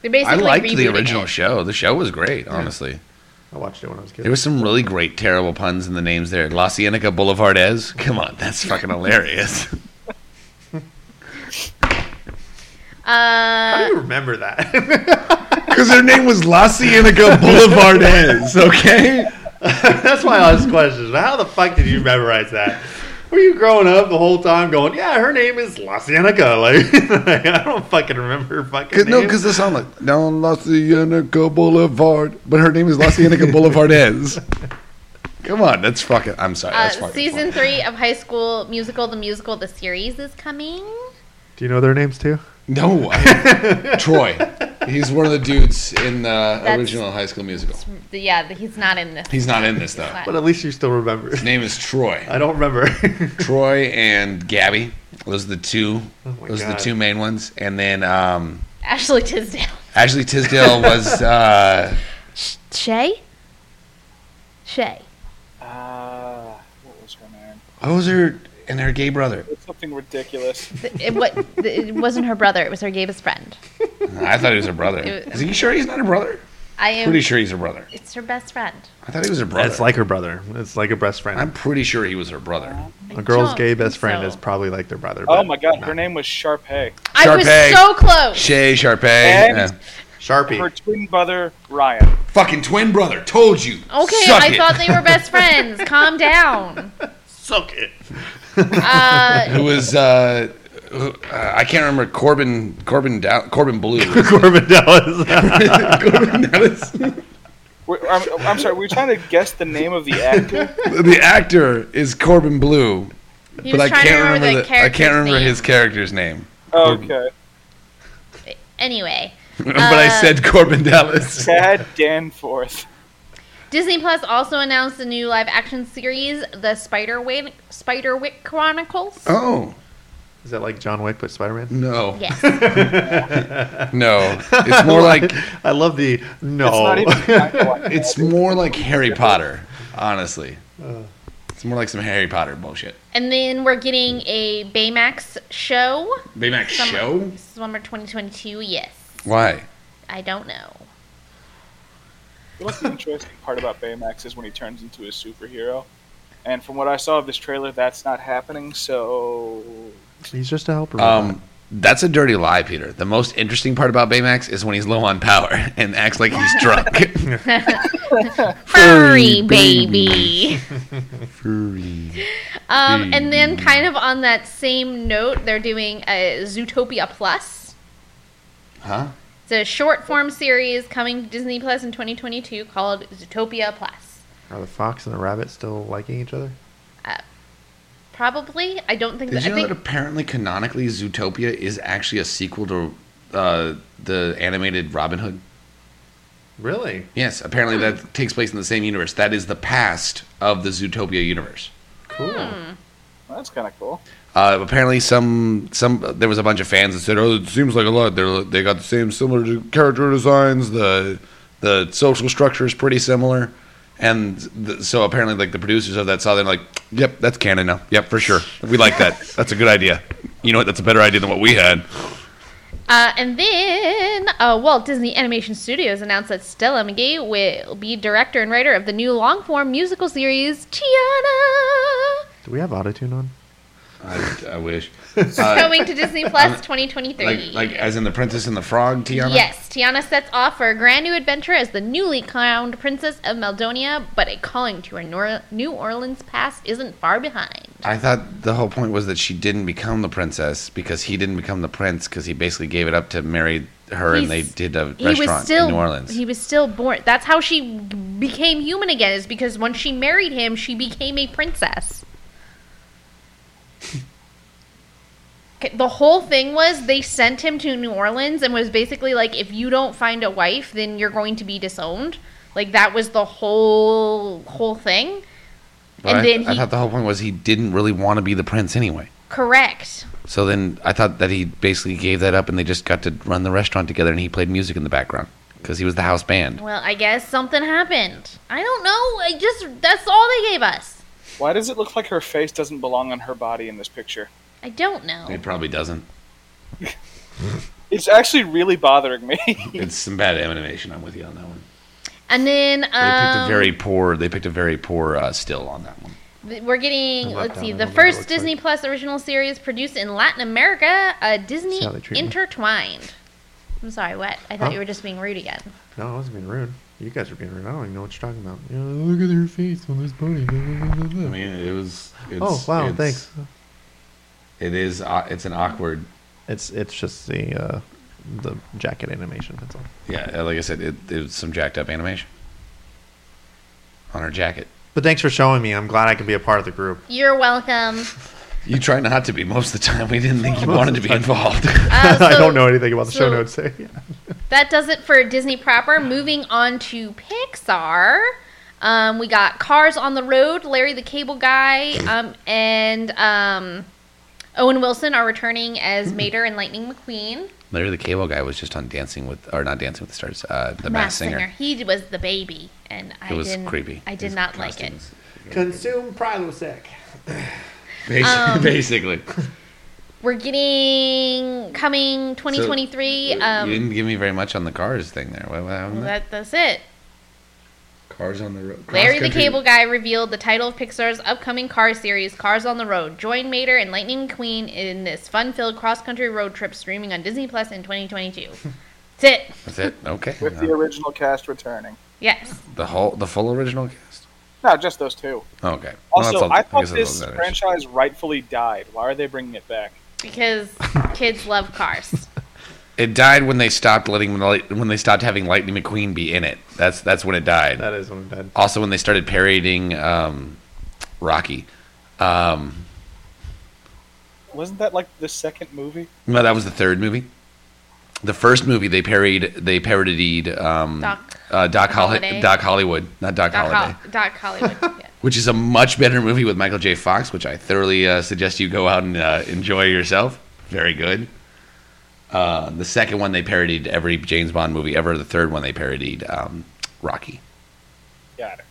Speaker 1: they're basically
Speaker 4: I liked the
Speaker 1: rebooting
Speaker 4: original
Speaker 1: it.
Speaker 4: show. The show was great, honestly.
Speaker 5: I watched it when I was a kid.
Speaker 4: There was some really great terrible puns in the names there. La Cienega Boulevard Ez. Come on, that's fucking hilarious.
Speaker 5: How
Speaker 1: Uh,
Speaker 5: do you remember that?
Speaker 4: Because her name was La Cienega Boulevard Ez. Okay.
Speaker 5: That's my honest question. How the fuck did you memorize that? Were you growing up the whole time going, yeah, her name is La Cienega? Like, I don't fucking remember her fucking
Speaker 4: Cause, no,
Speaker 5: name.
Speaker 4: because the song like down La Cienega Boulevard, but her name is La Cienega Boulevardez. Come on, that's fucking. I'm sorry.
Speaker 1: uh,
Speaker 4: that's fucking
Speaker 1: season
Speaker 4: funny.
Speaker 1: three of High School Musical, the musical, the series is coming.
Speaker 5: Do you know their names too?
Speaker 4: No, I- Troy. He's one of the dudes in the
Speaker 1: That's-
Speaker 4: original High School Musical.
Speaker 1: yeah, he's not in this.
Speaker 4: He's not in this though.
Speaker 1: He's
Speaker 5: But at least you still remember.
Speaker 4: His name is Troy.
Speaker 5: I don't remember.
Speaker 4: Troy and Gabby. Those are the two.
Speaker 5: Oh my
Speaker 4: those are the
Speaker 5: God.
Speaker 4: two main ones. And then um,
Speaker 1: Ashley Tisdale.
Speaker 4: Ashley Tisdale was uh,
Speaker 1: Shay? Shay.
Speaker 3: Ah, what was her name?
Speaker 4: what was her oh, and her gay brother.
Speaker 3: It's something ridiculous.
Speaker 1: It, what, it wasn't her brother. It was her gayest friend.
Speaker 4: I thought he was her brother. Is he sure he's not her brother?
Speaker 1: I am.
Speaker 4: Pretty sure he's her brother.
Speaker 1: It's her best friend.
Speaker 4: I thought he was her brother.
Speaker 5: It's like her brother. It's like a best friend.
Speaker 4: I'm pretty sure he was her brother.
Speaker 5: a girl's
Speaker 1: don't
Speaker 5: gay
Speaker 1: think
Speaker 5: best friend
Speaker 1: so.
Speaker 5: is probably like their brother.
Speaker 3: Oh
Speaker 5: but
Speaker 3: my god, her
Speaker 5: not.
Speaker 3: name was Sharpay.
Speaker 1: I was
Speaker 4: Sharpay.
Speaker 1: so close.
Speaker 4: Shay Sharpay.
Speaker 3: And-
Speaker 4: yeah.
Speaker 3: Her
Speaker 5: Sharpie.
Speaker 3: twin brother Ryan.
Speaker 4: Fucking twin brother. Told you.
Speaker 1: Okay,
Speaker 4: Suck
Speaker 1: I
Speaker 4: it.
Speaker 1: thought they were best friends. Calm down.
Speaker 5: Suck it.
Speaker 1: Uh,
Speaker 4: Who was uh, who, uh, I can't remember Corbin Corbin Dow- Corbin Blue.
Speaker 5: Corbin Dallas.
Speaker 4: Corbin Dallas.
Speaker 3: We're, I'm, I'm sorry, were you trying to guess the name of the actor?
Speaker 4: the actor is Corbin Blue,
Speaker 1: he was
Speaker 4: but I
Speaker 1: trying
Speaker 4: can't
Speaker 1: to remember,
Speaker 4: remember,
Speaker 1: the
Speaker 4: the, I
Speaker 1: character's
Speaker 4: can't remember
Speaker 1: name.
Speaker 4: his character's name.
Speaker 3: Okay.
Speaker 1: Anyway,
Speaker 4: but I
Speaker 1: Uh,
Speaker 4: said Corbin Dallas.
Speaker 3: Tad Danforth.
Speaker 1: Disney Plus also announced a new live action series, The Spiderwick Spiderwick Chronicles.
Speaker 4: Oh
Speaker 5: Is that like John Wick but Spider Man?
Speaker 4: no,
Speaker 1: Yes.
Speaker 4: no! It's more like
Speaker 5: I love the no.
Speaker 3: It's not even.
Speaker 4: it's more like Harry Potter. Honestly, it's more like some Harry Potter bullshit.
Speaker 1: And then we're getting a Baymax show.
Speaker 4: Baymax
Speaker 1: Summer-
Speaker 4: show?
Speaker 1: Summer 2022, yes.
Speaker 4: Why?
Speaker 1: I don't know.
Speaker 3: What's the interesting part about Baymax is when he turns into a superhero. And from what I saw of this trailer, that's not happening, so.
Speaker 5: He's just a helper. robot.
Speaker 4: Um, that's a dirty lie, Peter. The most interesting part about Baymax is when he's low on power and acts like he's drunk.
Speaker 1: Furry baby.
Speaker 4: Furry.
Speaker 1: Um, and then,
Speaker 4: Mm.
Speaker 1: kind of on that same note, they're doing a Zootopia Plus.
Speaker 4: Huh?
Speaker 1: It's a short form series coming to Disney Plus in 2022 called Zootopia Plus.
Speaker 5: Are the fox and the rabbit still liking each other?
Speaker 1: Probably. I don't think
Speaker 4: Did
Speaker 1: that. I
Speaker 4: you know that
Speaker 1: think
Speaker 4: apparently canonically Zootopia is actually a sequel to uh, the animated Robin Hood?
Speaker 5: Really?
Speaker 4: Yes, apparently that takes place in the same universe. That is the past of the Zootopia universe.
Speaker 5: Cool.
Speaker 3: Well, that's kind of cool.
Speaker 4: Uh, apparently, some some there was a bunch of fans that said, "Oh, it seems like a lot. They they got the same similar de- character designs. The the social structure is pretty similar." And th so apparently, like the producers of that saw, they're like, "Yep, that's canon now. Yep, for sure. We like that. That's a good idea. You know what? That's a better idea than what we had."
Speaker 1: Uh, and then uh, Walt Disney Animation Studios announced that Stella McGee will be director and writer of the new long form musical series Tiana,
Speaker 5: Do we have autotune on?
Speaker 4: I, I wish. Uh,
Speaker 1: coming to Disney Plus 2023.
Speaker 4: Like, like as in the Princess and the Frog, Tiana.
Speaker 1: Yes, Tiana sets off for a grand new adventure as the newly crowned princess of Meldonia, but a calling to her Nor- New Orleans past isn't far behind.
Speaker 4: I thought the whole point was that she didn't become the princess because he didn't become the prince because he basically gave it up to marry her and they
Speaker 1: He's-
Speaker 4: did a restaurant
Speaker 1: still,
Speaker 4: in New Orleans.
Speaker 1: He was still born. That's how she became human again. Is because once she married him, she became a princess. Okay, the whole thing was they sent him to New Orleans and was basically like, if you don't find a wife, then you're going to be disowned. Like that was the whole whole thing.
Speaker 4: But I,
Speaker 1: and then
Speaker 4: I
Speaker 1: he-
Speaker 4: thought the whole point was he didn't really want to be the prince anyway.
Speaker 1: Correct.
Speaker 4: So then I thought that he basically gave that up and they just got to run the restaurant together and he played music in the background because he was the house band.
Speaker 1: Well, I guess something happened. I don't know. I just that's all they gave us.
Speaker 3: Why does it look like her face doesn't belong on her body in this picture?
Speaker 1: I don't know.
Speaker 4: It probably doesn't.
Speaker 3: It's actually really bothering me.
Speaker 4: It's some bad animation. I'm with you on that one.
Speaker 1: And then um,
Speaker 4: They picked a very poor. They picked a very poor uh, still on that one.
Speaker 1: Th- We're getting,
Speaker 5: I've
Speaker 1: let's
Speaker 5: locked
Speaker 1: see,
Speaker 5: down
Speaker 1: the
Speaker 5: on what it
Speaker 1: first
Speaker 5: looks
Speaker 1: Disney
Speaker 5: like.
Speaker 1: Plus original series produced in Latin America, uh, Disney
Speaker 5: See how they treat me.
Speaker 1: Intertwined. I'm sorry, what? I thought
Speaker 5: Huh?
Speaker 1: you were just being rude again.
Speaker 5: No, I wasn't being rude. You guys are being rude. I don't even know what you're talking about. You know, look at her face on this pony. blah, blah, blah, blah,
Speaker 4: I
Speaker 5: blah.
Speaker 4: mean, it was. It's,
Speaker 5: oh wow,
Speaker 4: it's-
Speaker 5: thanks.
Speaker 4: It is. Uh, it's an awkward.
Speaker 5: It's it's just the uh, the jacket animation. That's all.
Speaker 4: Yeah, like I said, it, it was some jacked up animation on her jacket.
Speaker 5: But thanks for showing me. I'm glad I can be a part of the group.
Speaker 1: You're welcome.
Speaker 4: You try not to be most of the time. We didn't think you wanted to be involved.
Speaker 1: Uh,
Speaker 5: I
Speaker 1: so-
Speaker 5: don't know anything about the
Speaker 1: so-
Speaker 5: show notes.
Speaker 1: that does it for Disney proper. Moving on to Pixar. Um, we got Cars on the Road, Larry the Cable Guy, um, and um, Owen Wilson are returning
Speaker 5: Mm-hmm.
Speaker 1: as Mater and Lightning McQueen.
Speaker 4: Larry the Cable Guy was just on Dancing with, or not Dancing with the Stars, uh, the
Speaker 1: Masked
Speaker 4: Masked Singer.
Speaker 1: He was the baby, and I
Speaker 4: It was
Speaker 1: didn't,
Speaker 4: creepy.
Speaker 1: I did
Speaker 4: His
Speaker 1: not like it.
Speaker 4: costumes.
Speaker 5: Consume Prilosec.
Speaker 4: Basi-
Speaker 1: Um,
Speaker 4: Basically,
Speaker 1: We're getting coming 2023.
Speaker 4: you
Speaker 1: um,
Speaker 4: didn't give me very much on the cars thing there. What, what happened? there?
Speaker 1: that, that's it.
Speaker 4: Cars on the road.
Speaker 1: Larry the
Speaker 4: Cross-country-
Speaker 1: Cable Guy revealed the title of Pixar's upcoming car series, Cars on the Road. Join Mater and Lightning McQueen in this fun-filled cross-country road trip streaming on Disney Plus in 2022. That's it.
Speaker 4: That's it. Okay.
Speaker 3: With the
Speaker 4: No.
Speaker 3: original cast returning.
Speaker 1: Yes.
Speaker 4: The whole, the full original cast.
Speaker 3: No, just those two.
Speaker 4: Oh, okay. Well, that's
Speaker 3: Also,
Speaker 4: all-
Speaker 3: I
Speaker 4: guess
Speaker 3: thought
Speaker 4: that's all
Speaker 3: this
Speaker 4: that matters.
Speaker 3: franchise rightfully died. Why are they bringing it back?
Speaker 1: Because kids love cars.
Speaker 4: It died when they stopped letting the light- when they stopped having Lightning McQueen be in it. That's that's when it died.
Speaker 5: That is when I'm dead.
Speaker 4: also, when they started parodying um, Rocky. Um,
Speaker 3: Wasn't that like the second movie?
Speaker 4: no, that was the third movie. The first movie they parodied they parodied um,
Speaker 1: Doc-
Speaker 4: uh, Doc, Holli-
Speaker 1: Holliday.
Speaker 4: Doc Hollywood, not Doc,
Speaker 1: Doc,
Speaker 4: Holliday.
Speaker 1: Hol- Doc Hollywood. Yeah.
Speaker 4: which is a much better movie with Michael J. Fox, which I thoroughly uh, suggest you go out and uh, enjoy yourself. Very good. Uh, the second one they parodied every James Bond movie ever. The third one they parodied um, Rocky,
Speaker 3: Got it.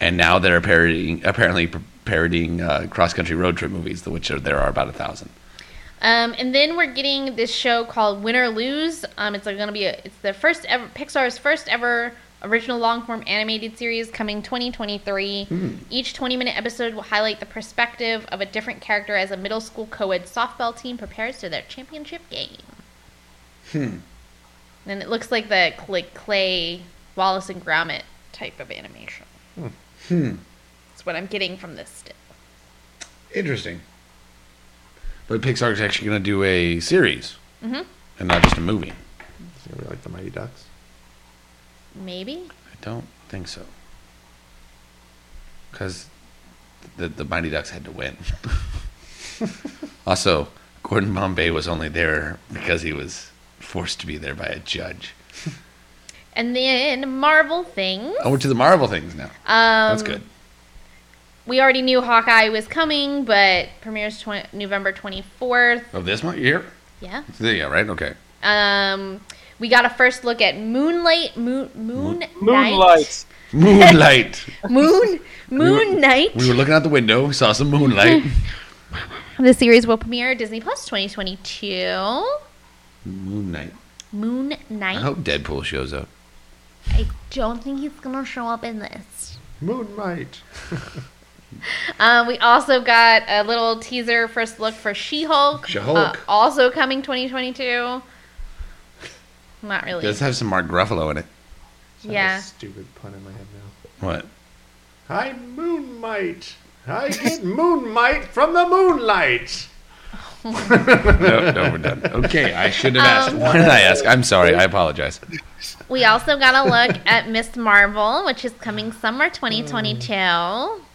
Speaker 4: and now they're parodying apparently p- parodying uh, cross country road trip movies, which are, there are about a thousand.
Speaker 1: Um, and then we're getting this show called Win or Lose. Um, it's going to be a, it's the first ever Pixar's first ever original long form animated series coming 2023. Each 20 minute episode will highlight the perspective of a different character as a middle school co-ed softball team prepares to their championship game. Hmm. And it looks like the like clay Wallace and Gromit type of animation. Hmm. That's what I'm getting from this. Still.
Speaker 4: Interesting. But Pixar's actually going to do a series, and not just a movie.
Speaker 5: It's gonna be like the Mighty Ducks.
Speaker 1: Maybe.
Speaker 4: I don't think so. Because the, the Mighty Ducks had to win. also, Gordon Bombay was only there because he was forced to be there by a judge.
Speaker 1: And then Marvel Um, things.
Speaker 4: Oh, we're to the Marvel things now.
Speaker 1: Um,
Speaker 4: That's good.
Speaker 1: We already knew Hawkeye was coming, but premieres twen- November 24th.
Speaker 4: Of Oh, this month, year?
Speaker 1: Yeah.
Speaker 4: There you go, right? Okay.
Speaker 1: Um, we got a first look at Moonlight, Moon, Moon, Knight?
Speaker 3: Moonlight.
Speaker 4: Moonlight.
Speaker 1: Moon,
Speaker 4: We
Speaker 1: Moon
Speaker 4: were-
Speaker 1: Knight.
Speaker 4: we were looking out the window, we saw some moonlight.
Speaker 1: the series will premiere Disney Plus 2022.
Speaker 4: moonlight.
Speaker 1: Moon
Speaker 4: I
Speaker 1: Knight.
Speaker 4: hope Deadpool shows up.
Speaker 1: I don't think he's gonna show up in this.
Speaker 5: Moonlight.
Speaker 1: Um, we also got a little teaser first look for She-Hulk.
Speaker 4: She-Hulk.
Speaker 1: uh, also coming 2022. Not really.
Speaker 4: Let's have some Mark Ruffalo in it.
Speaker 5: Sorry,
Speaker 1: Yeah.
Speaker 5: Stupid pun in my head now.
Speaker 4: What?
Speaker 5: Hi, Moonlight. I get Moonlight from the moonlight.
Speaker 4: No, no, we're done. Um, Okay, I should have asked. Why did I ask? I'm sorry. I apologize.
Speaker 1: We also got a look at Miss Marvel, which is coming summer 2022.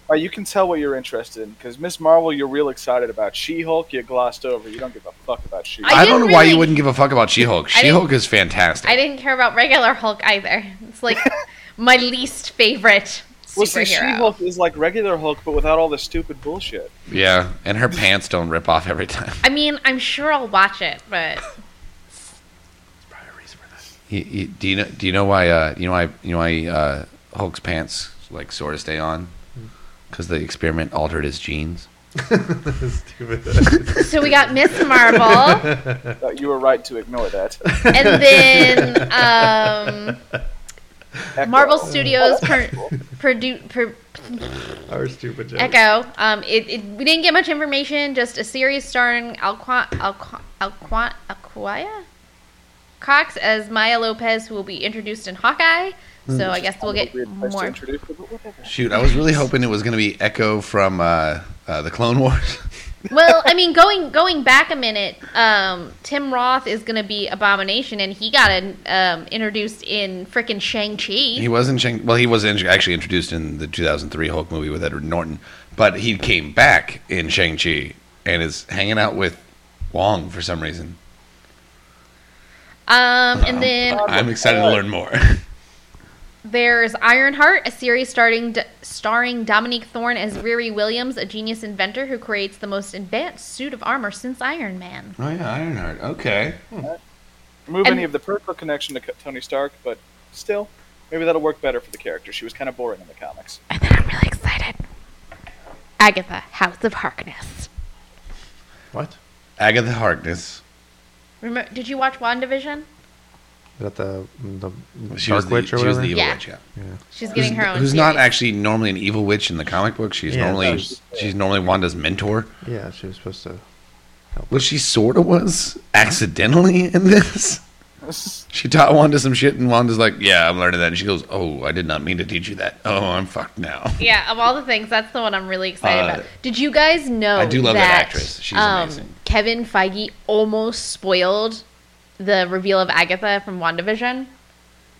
Speaker 3: Oh, you can tell what you're interested in because Miss Marvel, you're real excited about. She Hulk, you glossed over. You don't give a fuck about She.
Speaker 1: I
Speaker 4: I, don't know
Speaker 1: didn't
Speaker 4: why
Speaker 1: really-
Speaker 4: you wouldn't give a fuck about She-Hulk.
Speaker 1: I didn't-
Speaker 4: She-Hulk is fantastic.
Speaker 1: I didn't care about regular Hulk either. It's like my least favorite
Speaker 3: Well, see, She
Speaker 1: superhero.
Speaker 3: Hulk is like regular Hulk, but without all the stupid bullshit.
Speaker 4: yeah, and her pants don't rip off every time.
Speaker 1: I mean, I'm sure I'll watch it, but
Speaker 4: You- you- do you know? Do you know why? Uh, you know why? You know why uh, Hulk's pants like sort of stay on? Because the experiment altered his genes.
Speaker 5: Stupid.
Speaker 1: so we got Miss Marvel,
Speaker 3: Uh, you were right to ignore that.
Speaker 1: and then um,
Speaker 3: Echo.
Speaker 1: Marvel Studios per, produ- per,
Speaker 5: Our stupid joke.
Speaker 1: Echo. Um, it, it, we didn't get much information. Just a series starring Alquan Alquan Alquan Aquia Cox as Maya Lopez, who will be introduced in Hawkeye. So I guess we'll get
Speaker 3: Weird place to
Speaker 1: more.
Speaker 3: introduce her, but whatever.
Speaker 4: Shoot, I was really hoping it was going to be Echo from uh, uh, the Clone Wars.
Speaker 1: Well, I mean, going going back a minute, um, Tim Roth is going to be Abomination, and he got um, introduced in frickin' Shang
Speaker 4: he
Speaker 1: Chi.
Speaker 4: wasn't. Shang- well, he was in- actually introduced in the 2003 Hulk movie with Edward Norton, but he came back in Shang Chi and is hanging out with Wong for some reason.
Speaker 1: Um, and then
Speaker 4: I'm excited to learn more.
Speaker 5: Oh,
Speaker 1: There's Ironheart, a series starting starring Dominique Thorne as Riri Williams, a genius inventor who creates the most advanced suit of armor since Iron Man.
Speaker 4: Oh yeah, Ironheart. Okay.
Speaker 3: Remove
Speaker 1: And-
Speaker 3: any of the personal connection to Tony Stark, but still, maybe that'll work better for the character. She was kind of boring in the comics.
Speaker 1: And then I'm really excited. Agatha, House of Harkness.
Speaker 5: What? Is
Speaker 4: Agatha Harkness.
Speaker 1: Remember, did you watch WandaVision?
Speaker 5: that the mm, the
Speaker 4: She
Speaker 5: Dark
Speaker 4: was
Speaker 5: Witch
Speaker 4: the,
Speaker 5: or
Speaker 4: she was
Speaker 5: whatever?
Speaker 4: the evil
Speaker 1: Yeah.
Speaker 4: witch. Yeah.
Speaker 1: She's
Speaker 4: Who's,
Speaker 1: getting her own.
Speaker 4: who's not
Speaker 1: series.
Speaker 4: actually normally an evil witch in the comic book. She's
Speaker 5: Yeah,
Speaker 4: normally
Speaker 5: no,
Speaker 3: she's-
Speaker 4: she's normally Wanda's mentor.
Speaker 5: yeah, she was supposed to.
Speaker 4: Well, she sort of was accidentally in this. She taught Wanda some shit, and Wanda's like, "Yeah, I'm learning that." And she goes, "Oh, I did not mean to teach you that. Oh, I'm fucked now."
Speaker 1: Yeah, of all the things, that's the one I'm really excited
Speaker 4: Uh,
Speaker 1: about. Did you guys know? um,
Speaker 4: I do love that actress. She's amazing.
Speaker 1: Kevin Feige almost spoiled the reveal of Agatha from WandaVision.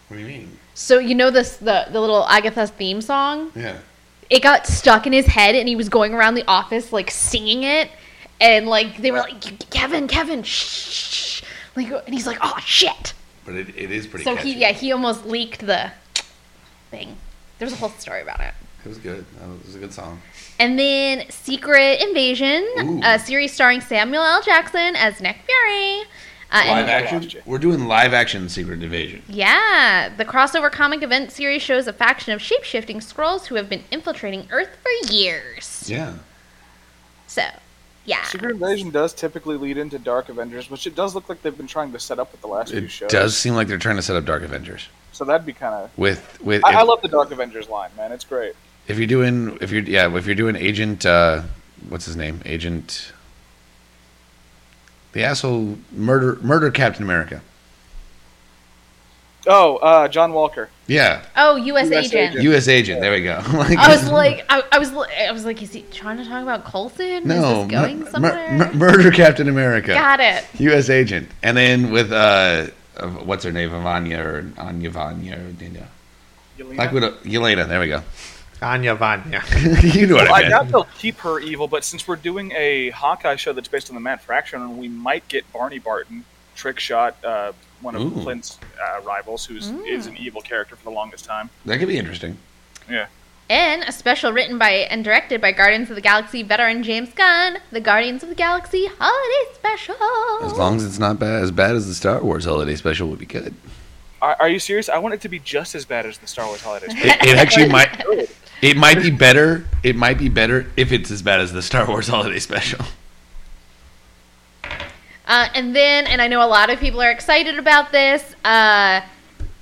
Speaker 4: What do you mean?
Speaker 1: So you know this the the little Agatha theme song.
Speaker 4: Yeah.
Speaker 1: It got stuck in his head, and he was going around the office like singing it, and like they were like, "Kevin, Kevin, shh, shh," shh," like, and he's like, "Oh shit."
Speaker 4: But it, it is pretty.
Speaker 1: So
Speaker 4: catchy.
Speaker 1: he yeah he almost leaked the thing. There's a whole story about it.
Speaker 4: it was good. It was a good song.
Speaker 1: And then Secret Invasion,
Speaker 4: Ooh.
Speaker 1: a series starring Samuel L. Jackson as Nick Fury. Uh,
Speaker 4: Live
Speaker 1: and
Speaker 4: action. We're doing live action Secret Invasion.
Speaker 1: yeah, the crossover comic event series shows a faction of shapeshifting scrolls who have been infiltrating Earth for years.
Speaker 4: Yeah.
Speaker 1: So, yeah.
Speaker 3: Secret Invasion does typically lead into Dark Avengers, which it does look like they've been trying to set up with the last few
Speaker 4: It
Speaker 3: shows.
Speaker 4: does seem like they're trying to set up Dark Avengers
Speaker 3: So that'd be kind of.
Speaker 4: with with.
Speaker 3: I, I
Speaker 4: if-
Speaker 3: love the Dark Avengers line, man. It's great.
Speaker 4: If you're doing, if you're, yeah, if you're doing Agent, uh, what's his name? Agent, the asshole murder, murder Captain America.
Speaker 3: Oh, uh, John Walker.
Speaker 4: Yeah,
Speaker 1: Oh, U.S.
Speaker 3: US
Speaker 1: agent.
Speaker 3: agent.
Speaker 4: U.S. Agent. There we go. Like-
Speaker 1: I was like, I, I was, li- I was like, is he trying to talk about Colson?
Speaker 4: no,
Speaker 1: is this
Speaker 4: mur-
Speaker 1: going
Speaker 4: mur-
Speaker 1: somewhere?
Speaker 4: mur- murder Captain America.
Speaker 1: Got it.
Speaker 4: U.S. Agent, and then with uh, uh, what's her name, Ivania or Anya Vanya or Dina.
Speaker 3: Yelena.
Speaker 4: Black Widow, uh, Yelena. There we go.
Speaker 5: Anya Vanya.
Speaker 4: you know what
Speaker 3: Well,
Speaker 4: I
Speaker 3: I
Speaker 4: meant.
Speaker 3: doubt they'll keep her evil, but since we're doing a Hawkeye show that's based on the Matt Fraction, we might get Barney Barton, trick shot, uh, one of
Speaker 4: Ooh.
Speaker 3: Clint's uh, rivals, who's is an evil character for the longest time.
Speaker 4: That could be interesting.
Speaker 3: Yeah.
Speaker 1: And a special written by and directed by Guardians of the Galaxy veteran James Gunn, the Guardians of the Galaxy holiday special.
Speaker 4: As long as it's not bad, as bad as the Star Wars holiday special would be good.
Speaker 3: Are, are you serious? I want it to be just as bad as the Star Wars holidays.
Speaker 4: It, it actually might. It might be better. It might be better if it's as bad as the Star Wars Holiday Special.
Speaker 1: Uh, and then, and I know a lot of people are excited about this uh,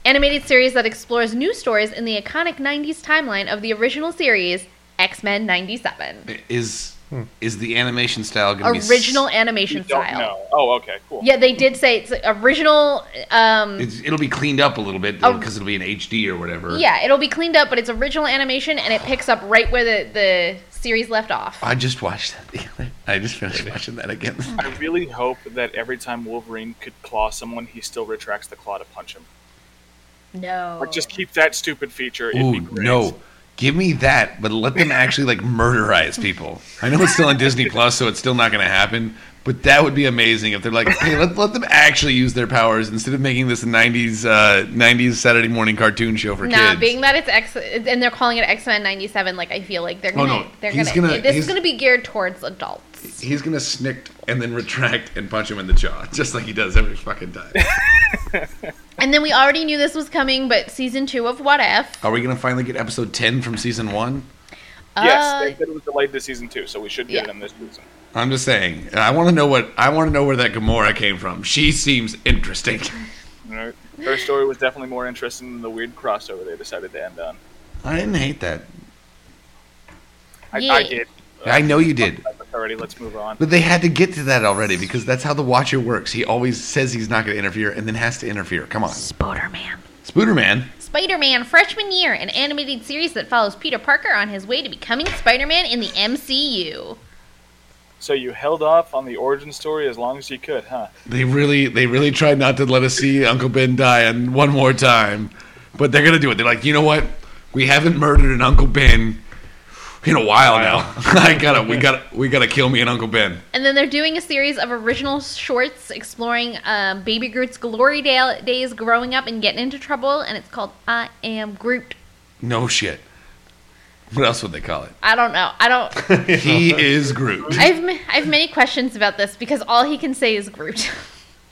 Speaker 1: animated series that explores new stories in the iconic 90s timeline of the original series, X Men 97.
Speaker 4: Is is the animation style going to be
Speaker 1: Original
Speaker 3: You
Speaker 1: animation
Speaker 3: don't
Speaker 1: style.
Speaker 3: know. Oh, okay, cool.
Speaker 1: Yeah, they did say it's original. Um,
Speaker 4: It's, it'll be cleaned up a little bit
Speaker 1: Oh.
Speaker 4: because it'll be in HD or whatever.
Speaker 1: yeah, it'll be cleaned up, but it's original animation and it picks up right where the, the series left off.
Speaker 4: I just watched that. The other, I just finished watching that again.
Speaker 3: I really hope that every time Wolverine could claw someone, he still retracts the claw to punch him.
Speaker 1: No.
Speaker 3: Like, just keep that stupid feature. It'd be
Speaker 4: Ooh
Speaker 3: great.
Speaker 4: no! Give me that, but let them actually like murderize people. I know it's still on Disney Plus, so it's still not going to happen. But that would be amazing if they're like, hey, let, let them actually use their powers instead of making this a '90s uh, '90s Saturday morning cartoon show for
Speaker 1: Nah,
Speaker 4: kids.
Speaker 1: being that it's X, and they're calling it X Men '97. Like I feel like they're
Speaker 4: Oh,
Speaker 1: gonna,
Speaker 4: no.
Speaker 1: they're
Speaker 4: He's
Speaker 1: gonna,
Speaker 4: gonna-
Speaker 1: this is
Speaker 4: he's-
Speaker 1: gonna be geared towards adults.
Speaker 4: He's gonna snick and then retract and punch him in the jaw, just like he does every fucking time.
Speaker 1: And then we already knew this was coming, but season two of What If?
Speaker 4: Are we gonna finally get episode ten from season one?
Speaker 1: uh,
Speaker 3: Yes, they said it was delayed this season too, so we should get
Speaker 1: Yeah.
Speaker 3: it in this season.
Speaker 4: I'm just saying. I want to know what I want to know where that Gamora came from. She seems interesting.
Speaker 3: You know, Her story was definitely more interesting than the weird crossover they decided to end on.
Speaker 4: I didn't hate that.
Speaker 3: I,
Speaker 1: Yeah.
Speaker 3: I did.
Speaker 4: I know you did,
Speaker 3: Already, let's move on.
Speaker 4: but they had to get to that already because that's how the Watcher works. He always says he's not gonna interfere and then has to interfere. Come on,
Speaker 1: Spider Man.
Speaker 4: Spooderman.
Speaker 1: Spider Man freshman year, an animated series that follows Peter Parker on his way to becoming Spider Man in the MCU.
Speaker 3: So you held off on the origin story as long as you could, huh?
Speaker 4: They really, they really tried not to let us see Uncle Ben die and one more time, but they're gonna do it. They're like, you know what? We haven't murdered an Uncle Ben in a while now. I gotta, we gotta, we gotta kill me and Uncle Ben.
Speaker 1: And then they're doing a series of original shorts exploring um, Baby Groot's glory da- days growing up and getting into trouble, and it's called I Am Groot.
Speaker 4: No shit. What else would they call it?
Speaker 1: I don't know. I don't.
Speaker 4: He is Groot.
Speaker 1: I've ma- I've many questions about this because all he can say is Groot.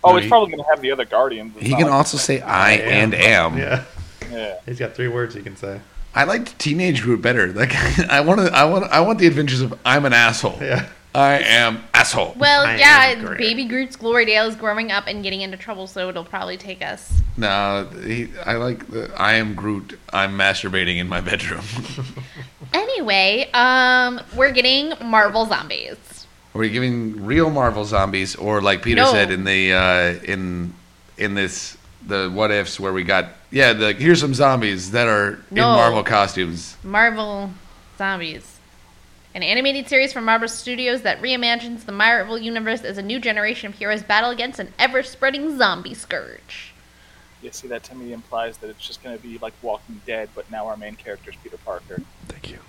Speaker 3: Oh, it's probably going to have the other Guardians. It's
Speaker 4: He
Speaker 3: not
Speaker 4: can
Speaker 3: like-
Speaker 4: also say I and am.
Speaker 5: Yeah.
Speaker 3: Yeah.
Speaker 5: He's got three words he can say.
Speaker 4: I liked Teenage Groot better. Like I want to, I want, I want the adventures of I'm an asshole.
Speaker 5: Yeah.
Speaker 4: I am asshole.
Speaker 1: Well,
Speaker 5: I
Speaker 1: yeah,
Speaker 5: am Groot.
Speaker 1: Baby Groot's glory days growing up and getting into trouble, so it'll probably take us.
Speaker 4: No, he, I like the I am Groot. I'm masturbating in my bedroom.
Speaker 1: Anyway, um, we're getting Marvel zombies.
Speaker 4: Are we giving real Marvel zombies, or like Peter
Speaker 1: No.
Speaker 4: said in the uh, in in this the what ifs where we got yeah the here's some zombies that are
Speaker 1: No.
Speaker 4: in Marvel costumes.
Speaker 1: Marvel zombies. An animated series from Marvel Studios that reimagines the Marvel universe as a new generation of heroes battle against an ever-spreading zombie scourge.
Speaker 3: You see, that to me implies that it's just going to be like Walking Dead, but now our main character is Peter Parker.
Speaker 2: Thank you.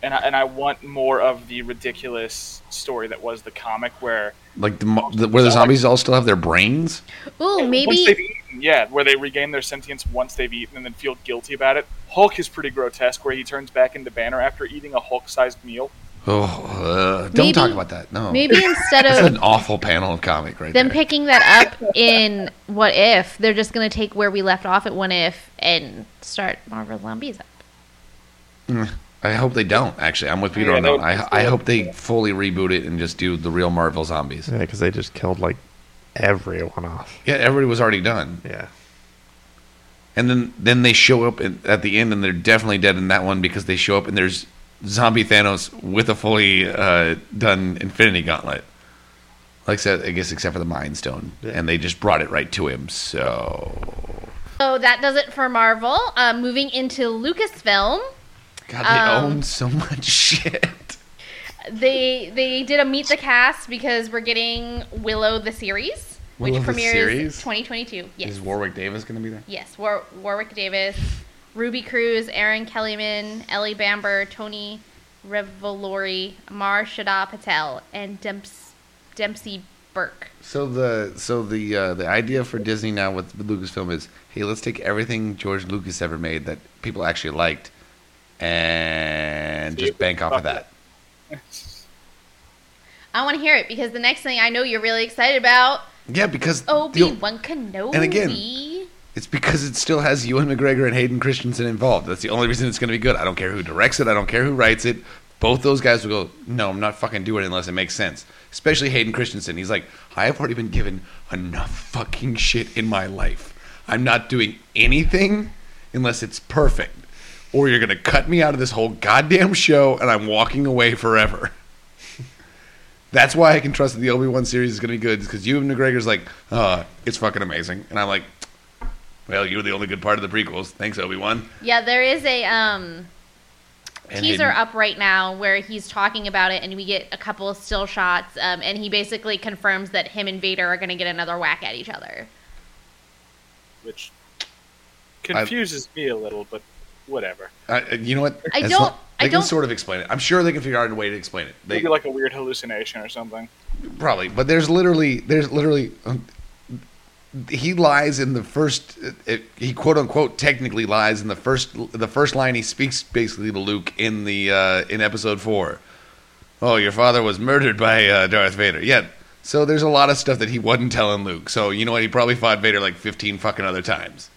Speaker 3: And I, and I want more of the ridiculous story that was the comic where
Speaker 4: Like the, mo- the where the zombies all still have their brains.
Speaker 1: Ooh,
Speaker 3: once they've
Speaker 1: maybe
Speaker 3: eaten, yeah, where they regain their sentience once they've eaten and then feel guilty about it. Hulk is pretty grotesque, where he turns back into Banner after eating a Hulk-sized meal.
Speaker 4: Oh, uh, don't
Speaker 1: Maybe-
Speaker 4: talk about that. No,
Speaker 1: maybe instead
Speaker 4: that's
Speaker 1: of
Speaker 4: an awful panel of comic right
Speaker 1: them
Speaker 4: there.
Speaker 1: picking that up in what if they're just gonna take where we left off at one if and start Marvel zombies up.
Speaker 4: I hope they don't. Actually, I'm with Peter
Speaker 3: Yeah,
Speaker 4: on that.
Speaker 3: no,
Speaker 4: one. I
Speaker 3: it's-
Speaker 4: I hope they fully reboot it and just do the real Marvel zombies.
Speaker 5: Yeah, because they just killed like everyone off.
Speaker 4: Yeah, everybody was already done.
Speaker 5: Yeah.
Speaker 4: And then then they show up in, at the end, and they're definitely dead in that one because they show up and there's zombie Thanos with a fully uh, done Infinity Gauntlet. Like I said, I guess except for the Mind Stone,
Speaker 5: Yeah.
Speaker 4: and they just brought it right to him. So
Speaker 1: So that does it for Marvel. Uh, moving into Lucasfilm,
Speaker 4: God, they
Speaker 1: Um,
Speaker 4: own so much shit.
Speaker 1: they they did a meet the cast because we're getting Willow the series,
Speaker 4: Willow
Speaker 1: which
Speaker 4: the
Speaker 1: premieres
Speaker 4: series?
Speaker 1: 2022. Yes,
Speaker 4: Is Warwick Davis going to be there?
Speaker 1: yes. War- Warwick Davis, Ruby Cruz, Aaron Kellyman, Ellie Bamber, Tony Revolori, Mar Shada Patel, and Demps- Dempsey Burke.
Speaker 4: So the so the uh, the idea for Disney now with Lucasfilm is, hey, let's take everything George Lucas ever made that people actually liked, and
Speaker 3: See
Speaker 4: just
Speaker 3: if
Speaker 4: bank
Speaker 3: we
Speaker 4: off
Speaker 3: can
Speaker 4: of that.
Speaker 1: I want to hear it because the next thing I know, you're really excited about
Speaker 4: Yeah, because
Speaker 1: Obi
Speaker 4: the-
Speaker 1: Wan Kenobi.
Speaker 4: again, it's because it still has Ewan McGregor and Hayden Christensen involved. That's the only reason it's going to be good. I don't care who directs it. I don't care who writes it. Both those guys will go, no, I'm not fucking doing it unless it makes sense. Especially Hayden Christensen. He's like, I have already been given enough fucking shit in my life. I'm not doing anything unless it's perfect. Or you're going to cut me out of this whole goddamn show and I'm walking away forever. That's why I can trust that the Obi Wan series is going to be good because Ewan McGregor's like, uh, it's fucking amazing, and I'm like, well, you were the only good part of the prequels. Thanks, Obi Wan.
Speaker 1: Yeah, there is a um,
Speaker 4: And
Speaker 1: teaser
Speaker 4: Hayden-
Speaker 1: up right now where he's talking about it, and we get a couple of still shots, um, and he basically confirms that him and Vader are going to get another whack at each other.
Speaker 3: which confuses me a little, but whatever.
Speaker 4: I- uh, you know what?
Speaker 1: I
Speaker 4: As
Speaker 1: don't-
Speaker 4: lo-
Speaker 1: I
Speaker 4: They can
Speaker 1: don't-
Speaker 4: sort of explain it. I'm sure they can figure out a way to explain it. They
Speaker 3: Maybe like a weird hallucination or something.
Speaker 4: probably, but there's literally, there's literally, um, he lies in the first. It, it, he quote unquote technically lies in the first. The first line he speaks basically to Luke in the uh, in episode four. Oh, your father was murdered by uh, Darth Vader. Yeah. So there's a lot of stuff that he wasn't telling Luke. So you know what? He probably fought Vader like 15 fucking other times.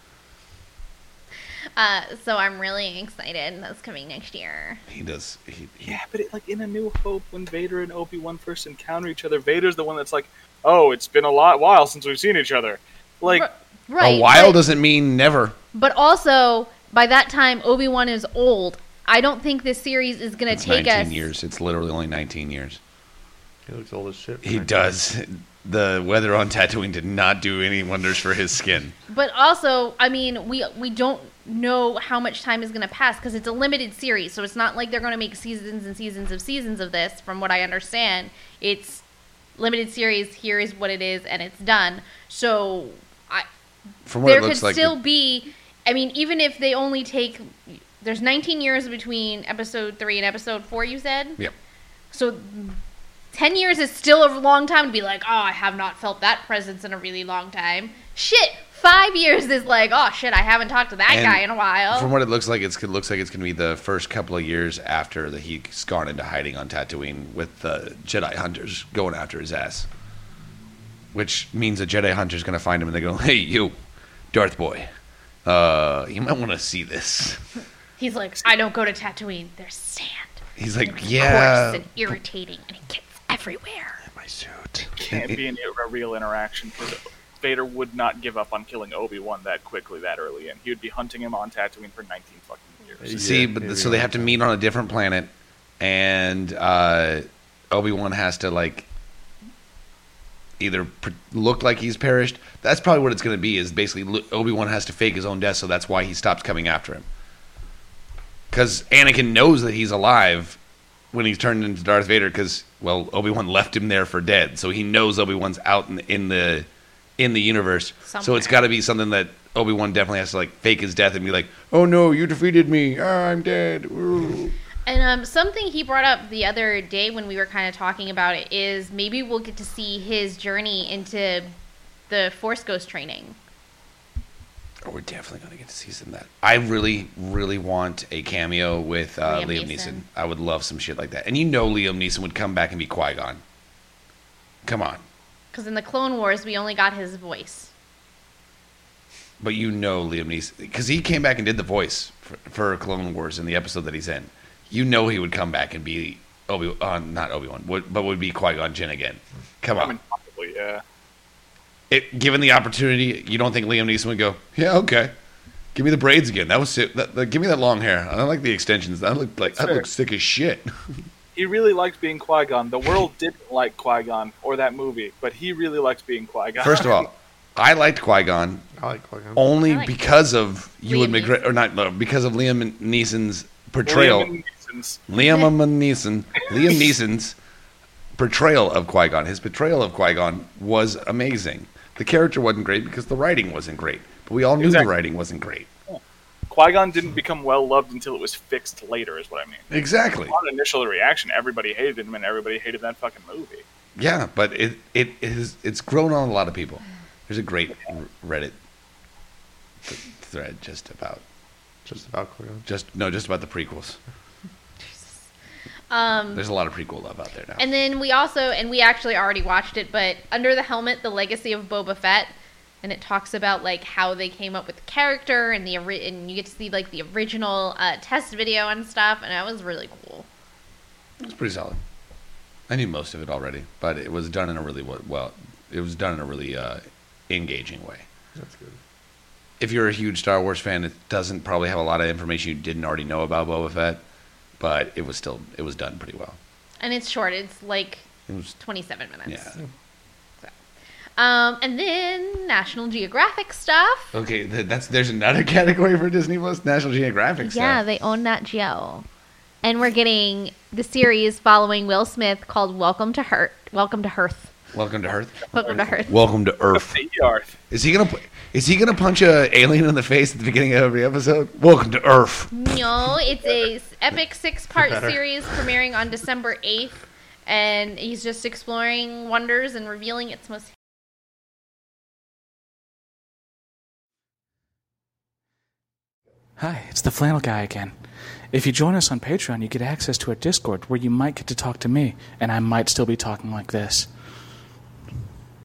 Speaker 1: Uh, so I'm really excited. That's coming next year.
Speaker 4: He does. He, he,
Speaker 3: Yeah, but it, like in A New Hope, when Vader and Obi Wan first encounter each other, Vader's the one that's like, "Oh, it's been a lot while since we've seen each other." Like,
Speaker 1: R- right.
Speaker 4: a while
Speaker 1: but-
Speaker 4: doesn't mean never.
Speaker 1: But also, by that time, Obi Wan is old. I don't think this series is going to
Speaker 4: It's
Speaker 1: take
Speaker 4: 19
Speaker 1: us.
Speaker 4: years. It's literally only 19 years.
Speaker 5: He looks old as shit.
Speaker 4: He does. The weather on Tatooine did not do any wonders for his skin.
Speaker 1: But also, I mean, we we don't know how much time is going to pass because it's a limited series, so it's not like they're going to make seasons and seasons of seasons of this. From what I understand, it's limited series. Here is what it is, and it's done. So I,
Speaker 4: From what
Speaker 1: there
Speaker 4: it looks
Speaker 1: could
Speaker 4: like,
Speaker 1: still be. I mean, even if they only take there's 19 years between episode three and episode four. You said.
Speaker 4: Yep.
Speaker 1: So, mm, 10 years is still a long time to be like, oh, I have not felt that presence in a really long time. Shit, five years is like, oh shit, I haven't talked to that
Speaker 4: And
Speaker 1: guy in a while.
Speaker 4: From what it looks like, it's, it looks like it's going to be the first couple of years after that he's gone into hiding on Tatooine with the Jedi hunters going after his ass. Which means a Jedi hunter's going to find him and they go, "Hey, you, Darth Boy, uh, you might want to see this."
Speaker 1: He's like, I don't go to Tatooine. There's sand.
Speaker 4: He's like,
Speaker 1: It's
Speaker 4: "Yeah,
Speaker 1: Coarse and irritating, and it gets everywhere.
Speaker 2: My suit.
Speaker 3: Can't be an, a real interaction because Vader would not give up on killing Obi Wan that quickly, that early, and he would be hunting him on Tatooine for 19 fucking years.
Speaker 4: See,
Speaker 5: Yeah,
Speaker 4: but
Speaker 5: maybe
Speaker 4: so they
Speaker 5: not.
Speaker 4: have to meet on a different planet, and uh, Obi Wan has to like either pr look like he's perished. That's probably what it's going to be. Is basically Obi Wan has to fake his own death, so that's why he stops coming after him. Because Anakin knows that he's alive when he's turned into Darth Vader. Because well, Obi Wan left him there for dead, so he knows Obi Wan's out in the, in the in the universe. So it's
Speaker 1: Somewhere.
Speaker 4: got to be something that Obi Wan definitely has to like fake his death and be like, "Oh no, you defeated me. Ah, I'm dead." Ooh."
Speaker 1: And um, something he brought up the other day when we were kind of talking about it is maybe we'll get to see his journey into the Force Ghost training.
Speaker 4: Oh, we're definitely gonna get to see some of that. I really, really want a cameo with uh,
Speaker 1: Liam
Speaker 4: Liam, Neeson.
Speaker 1: Neeson.
Speaker 4: I would love some shit like that. And you know, Liam Neeson would come back and be Qui Gon. Come on,
Speaker 1: Because in the Clone Wars, we only got his voice.
Speaker 4: but you know Liam Neeson because he came back and did the voice for, for Clone Wars in the episode that he's in. You know he would come back and be Obi, uh, not Obi Wan, would- but would be Qui Gon Jinn again. Come
Speaker 3: I
Speaker 4: on.
Speaker 3: mean, possibly, yeah.
Speaker 4: it, given the opportunity, you don't think Liam Neeson would go, yeah, okay, give me the braids again. That was sick. That, that- give me that long hair. I like the extensions. That looked like that
Speaker 3: fair.
Speaker 4: looks sick as shit.
Speaker 3: He really liked being Qui Gon. The world didn't like Qui Gon or that movie, but he really likes being Qui Gon.
Speaker 4: First of all, I liked Qui Gon
Speaker 5: I like Qui-Gon.
Speaker 4: only
Speaker 1: I like
Speaker 4: because of Ewan
Speaker 1: Liam
Speaker 4: McGregor, or not no, because of Liam Neeson's portrayal.
Speaker 3: Liam Neeson's-
Speaker 4: Liam Neeson, Liam Neeson's portrayal of Qui Gon, his portrayal of Qui Gon was amazing. The character wasn't great because the writing wasn't great, but we all knew
Speaker 3: Exactly.
Speaker 4: the writing wasn't great.
Speaker 3: Qui Gon didn't become well loved until it was fixed later, is what I mean.
Speaker 4: Exactly.
Speaker 3: On initial reaction, everybody hated him, and everybody hated that fucking movie.
Speaker 4: Yeah, but it it is it's grown on a lot of people. There's a great r- Reddit th- thread just about
Speaker 5: Just about Qui-Gon.
Speaker 4: just no just about the prequels.
Speaker 1: Um,
Speaker 4: There's a lot of prequel love out there now.
Speaker 1: and then we also, and we actually already watched it, but Under the Helmet, The Legacy of Boba Fett. And it talks about like how they came up with the character and the ori- and you get to see like the original uh, test video and stuff and that was really cool.
Speaker 4: It's pretty solid. I knew most of it already, but it was done in a really wa- well. It was done in a really uh, engaging way.
Speaker 5: That's good.
Speaker 4: If you're a huge Star Wars fan, it doesn't probably have a lot of information you didn't already know about Boba Fett, but it was still it was done pretty well.
Speaker 1: And it's short. It's like
Speaker 4: It was
Speaker 1: 27 minutes.
Speaker 4: yeah.
Speaker 1: Um, and then National Geographic stuff.
Speaker 4: Okay, th- that's there's another category for Disney Plus, National Geographic
Speaker 1: Yeah,
Speaker 4: stuff.
Speaker 1: they own Nat Geo. And we're getting the series following Will Smith called Welcome to Hurt. Welcome to Hearth.
Speaker 4: Welcome to Earth.
Speaker 1: Welcome to Hearth.
Speaker 4: Welcome to Earth.
Speaker 3: Hey, Yarth.
Speaker 4: Is he gonna pu- is he gonna punch a alien in the face at the beginning of every episode? Welcome to Earth.
Speaker 1: No, it's a s- epic six-part
Speaker 5: Better.
Speaker 1: series premiering on December 8th. And he's just exploring wonders and revealing its most
Speaker 6: Hi, it's the Flannel Guy again. If you join us on Patreon, you get access to our Discord where you might get to talk to me, and I might still be talking like this.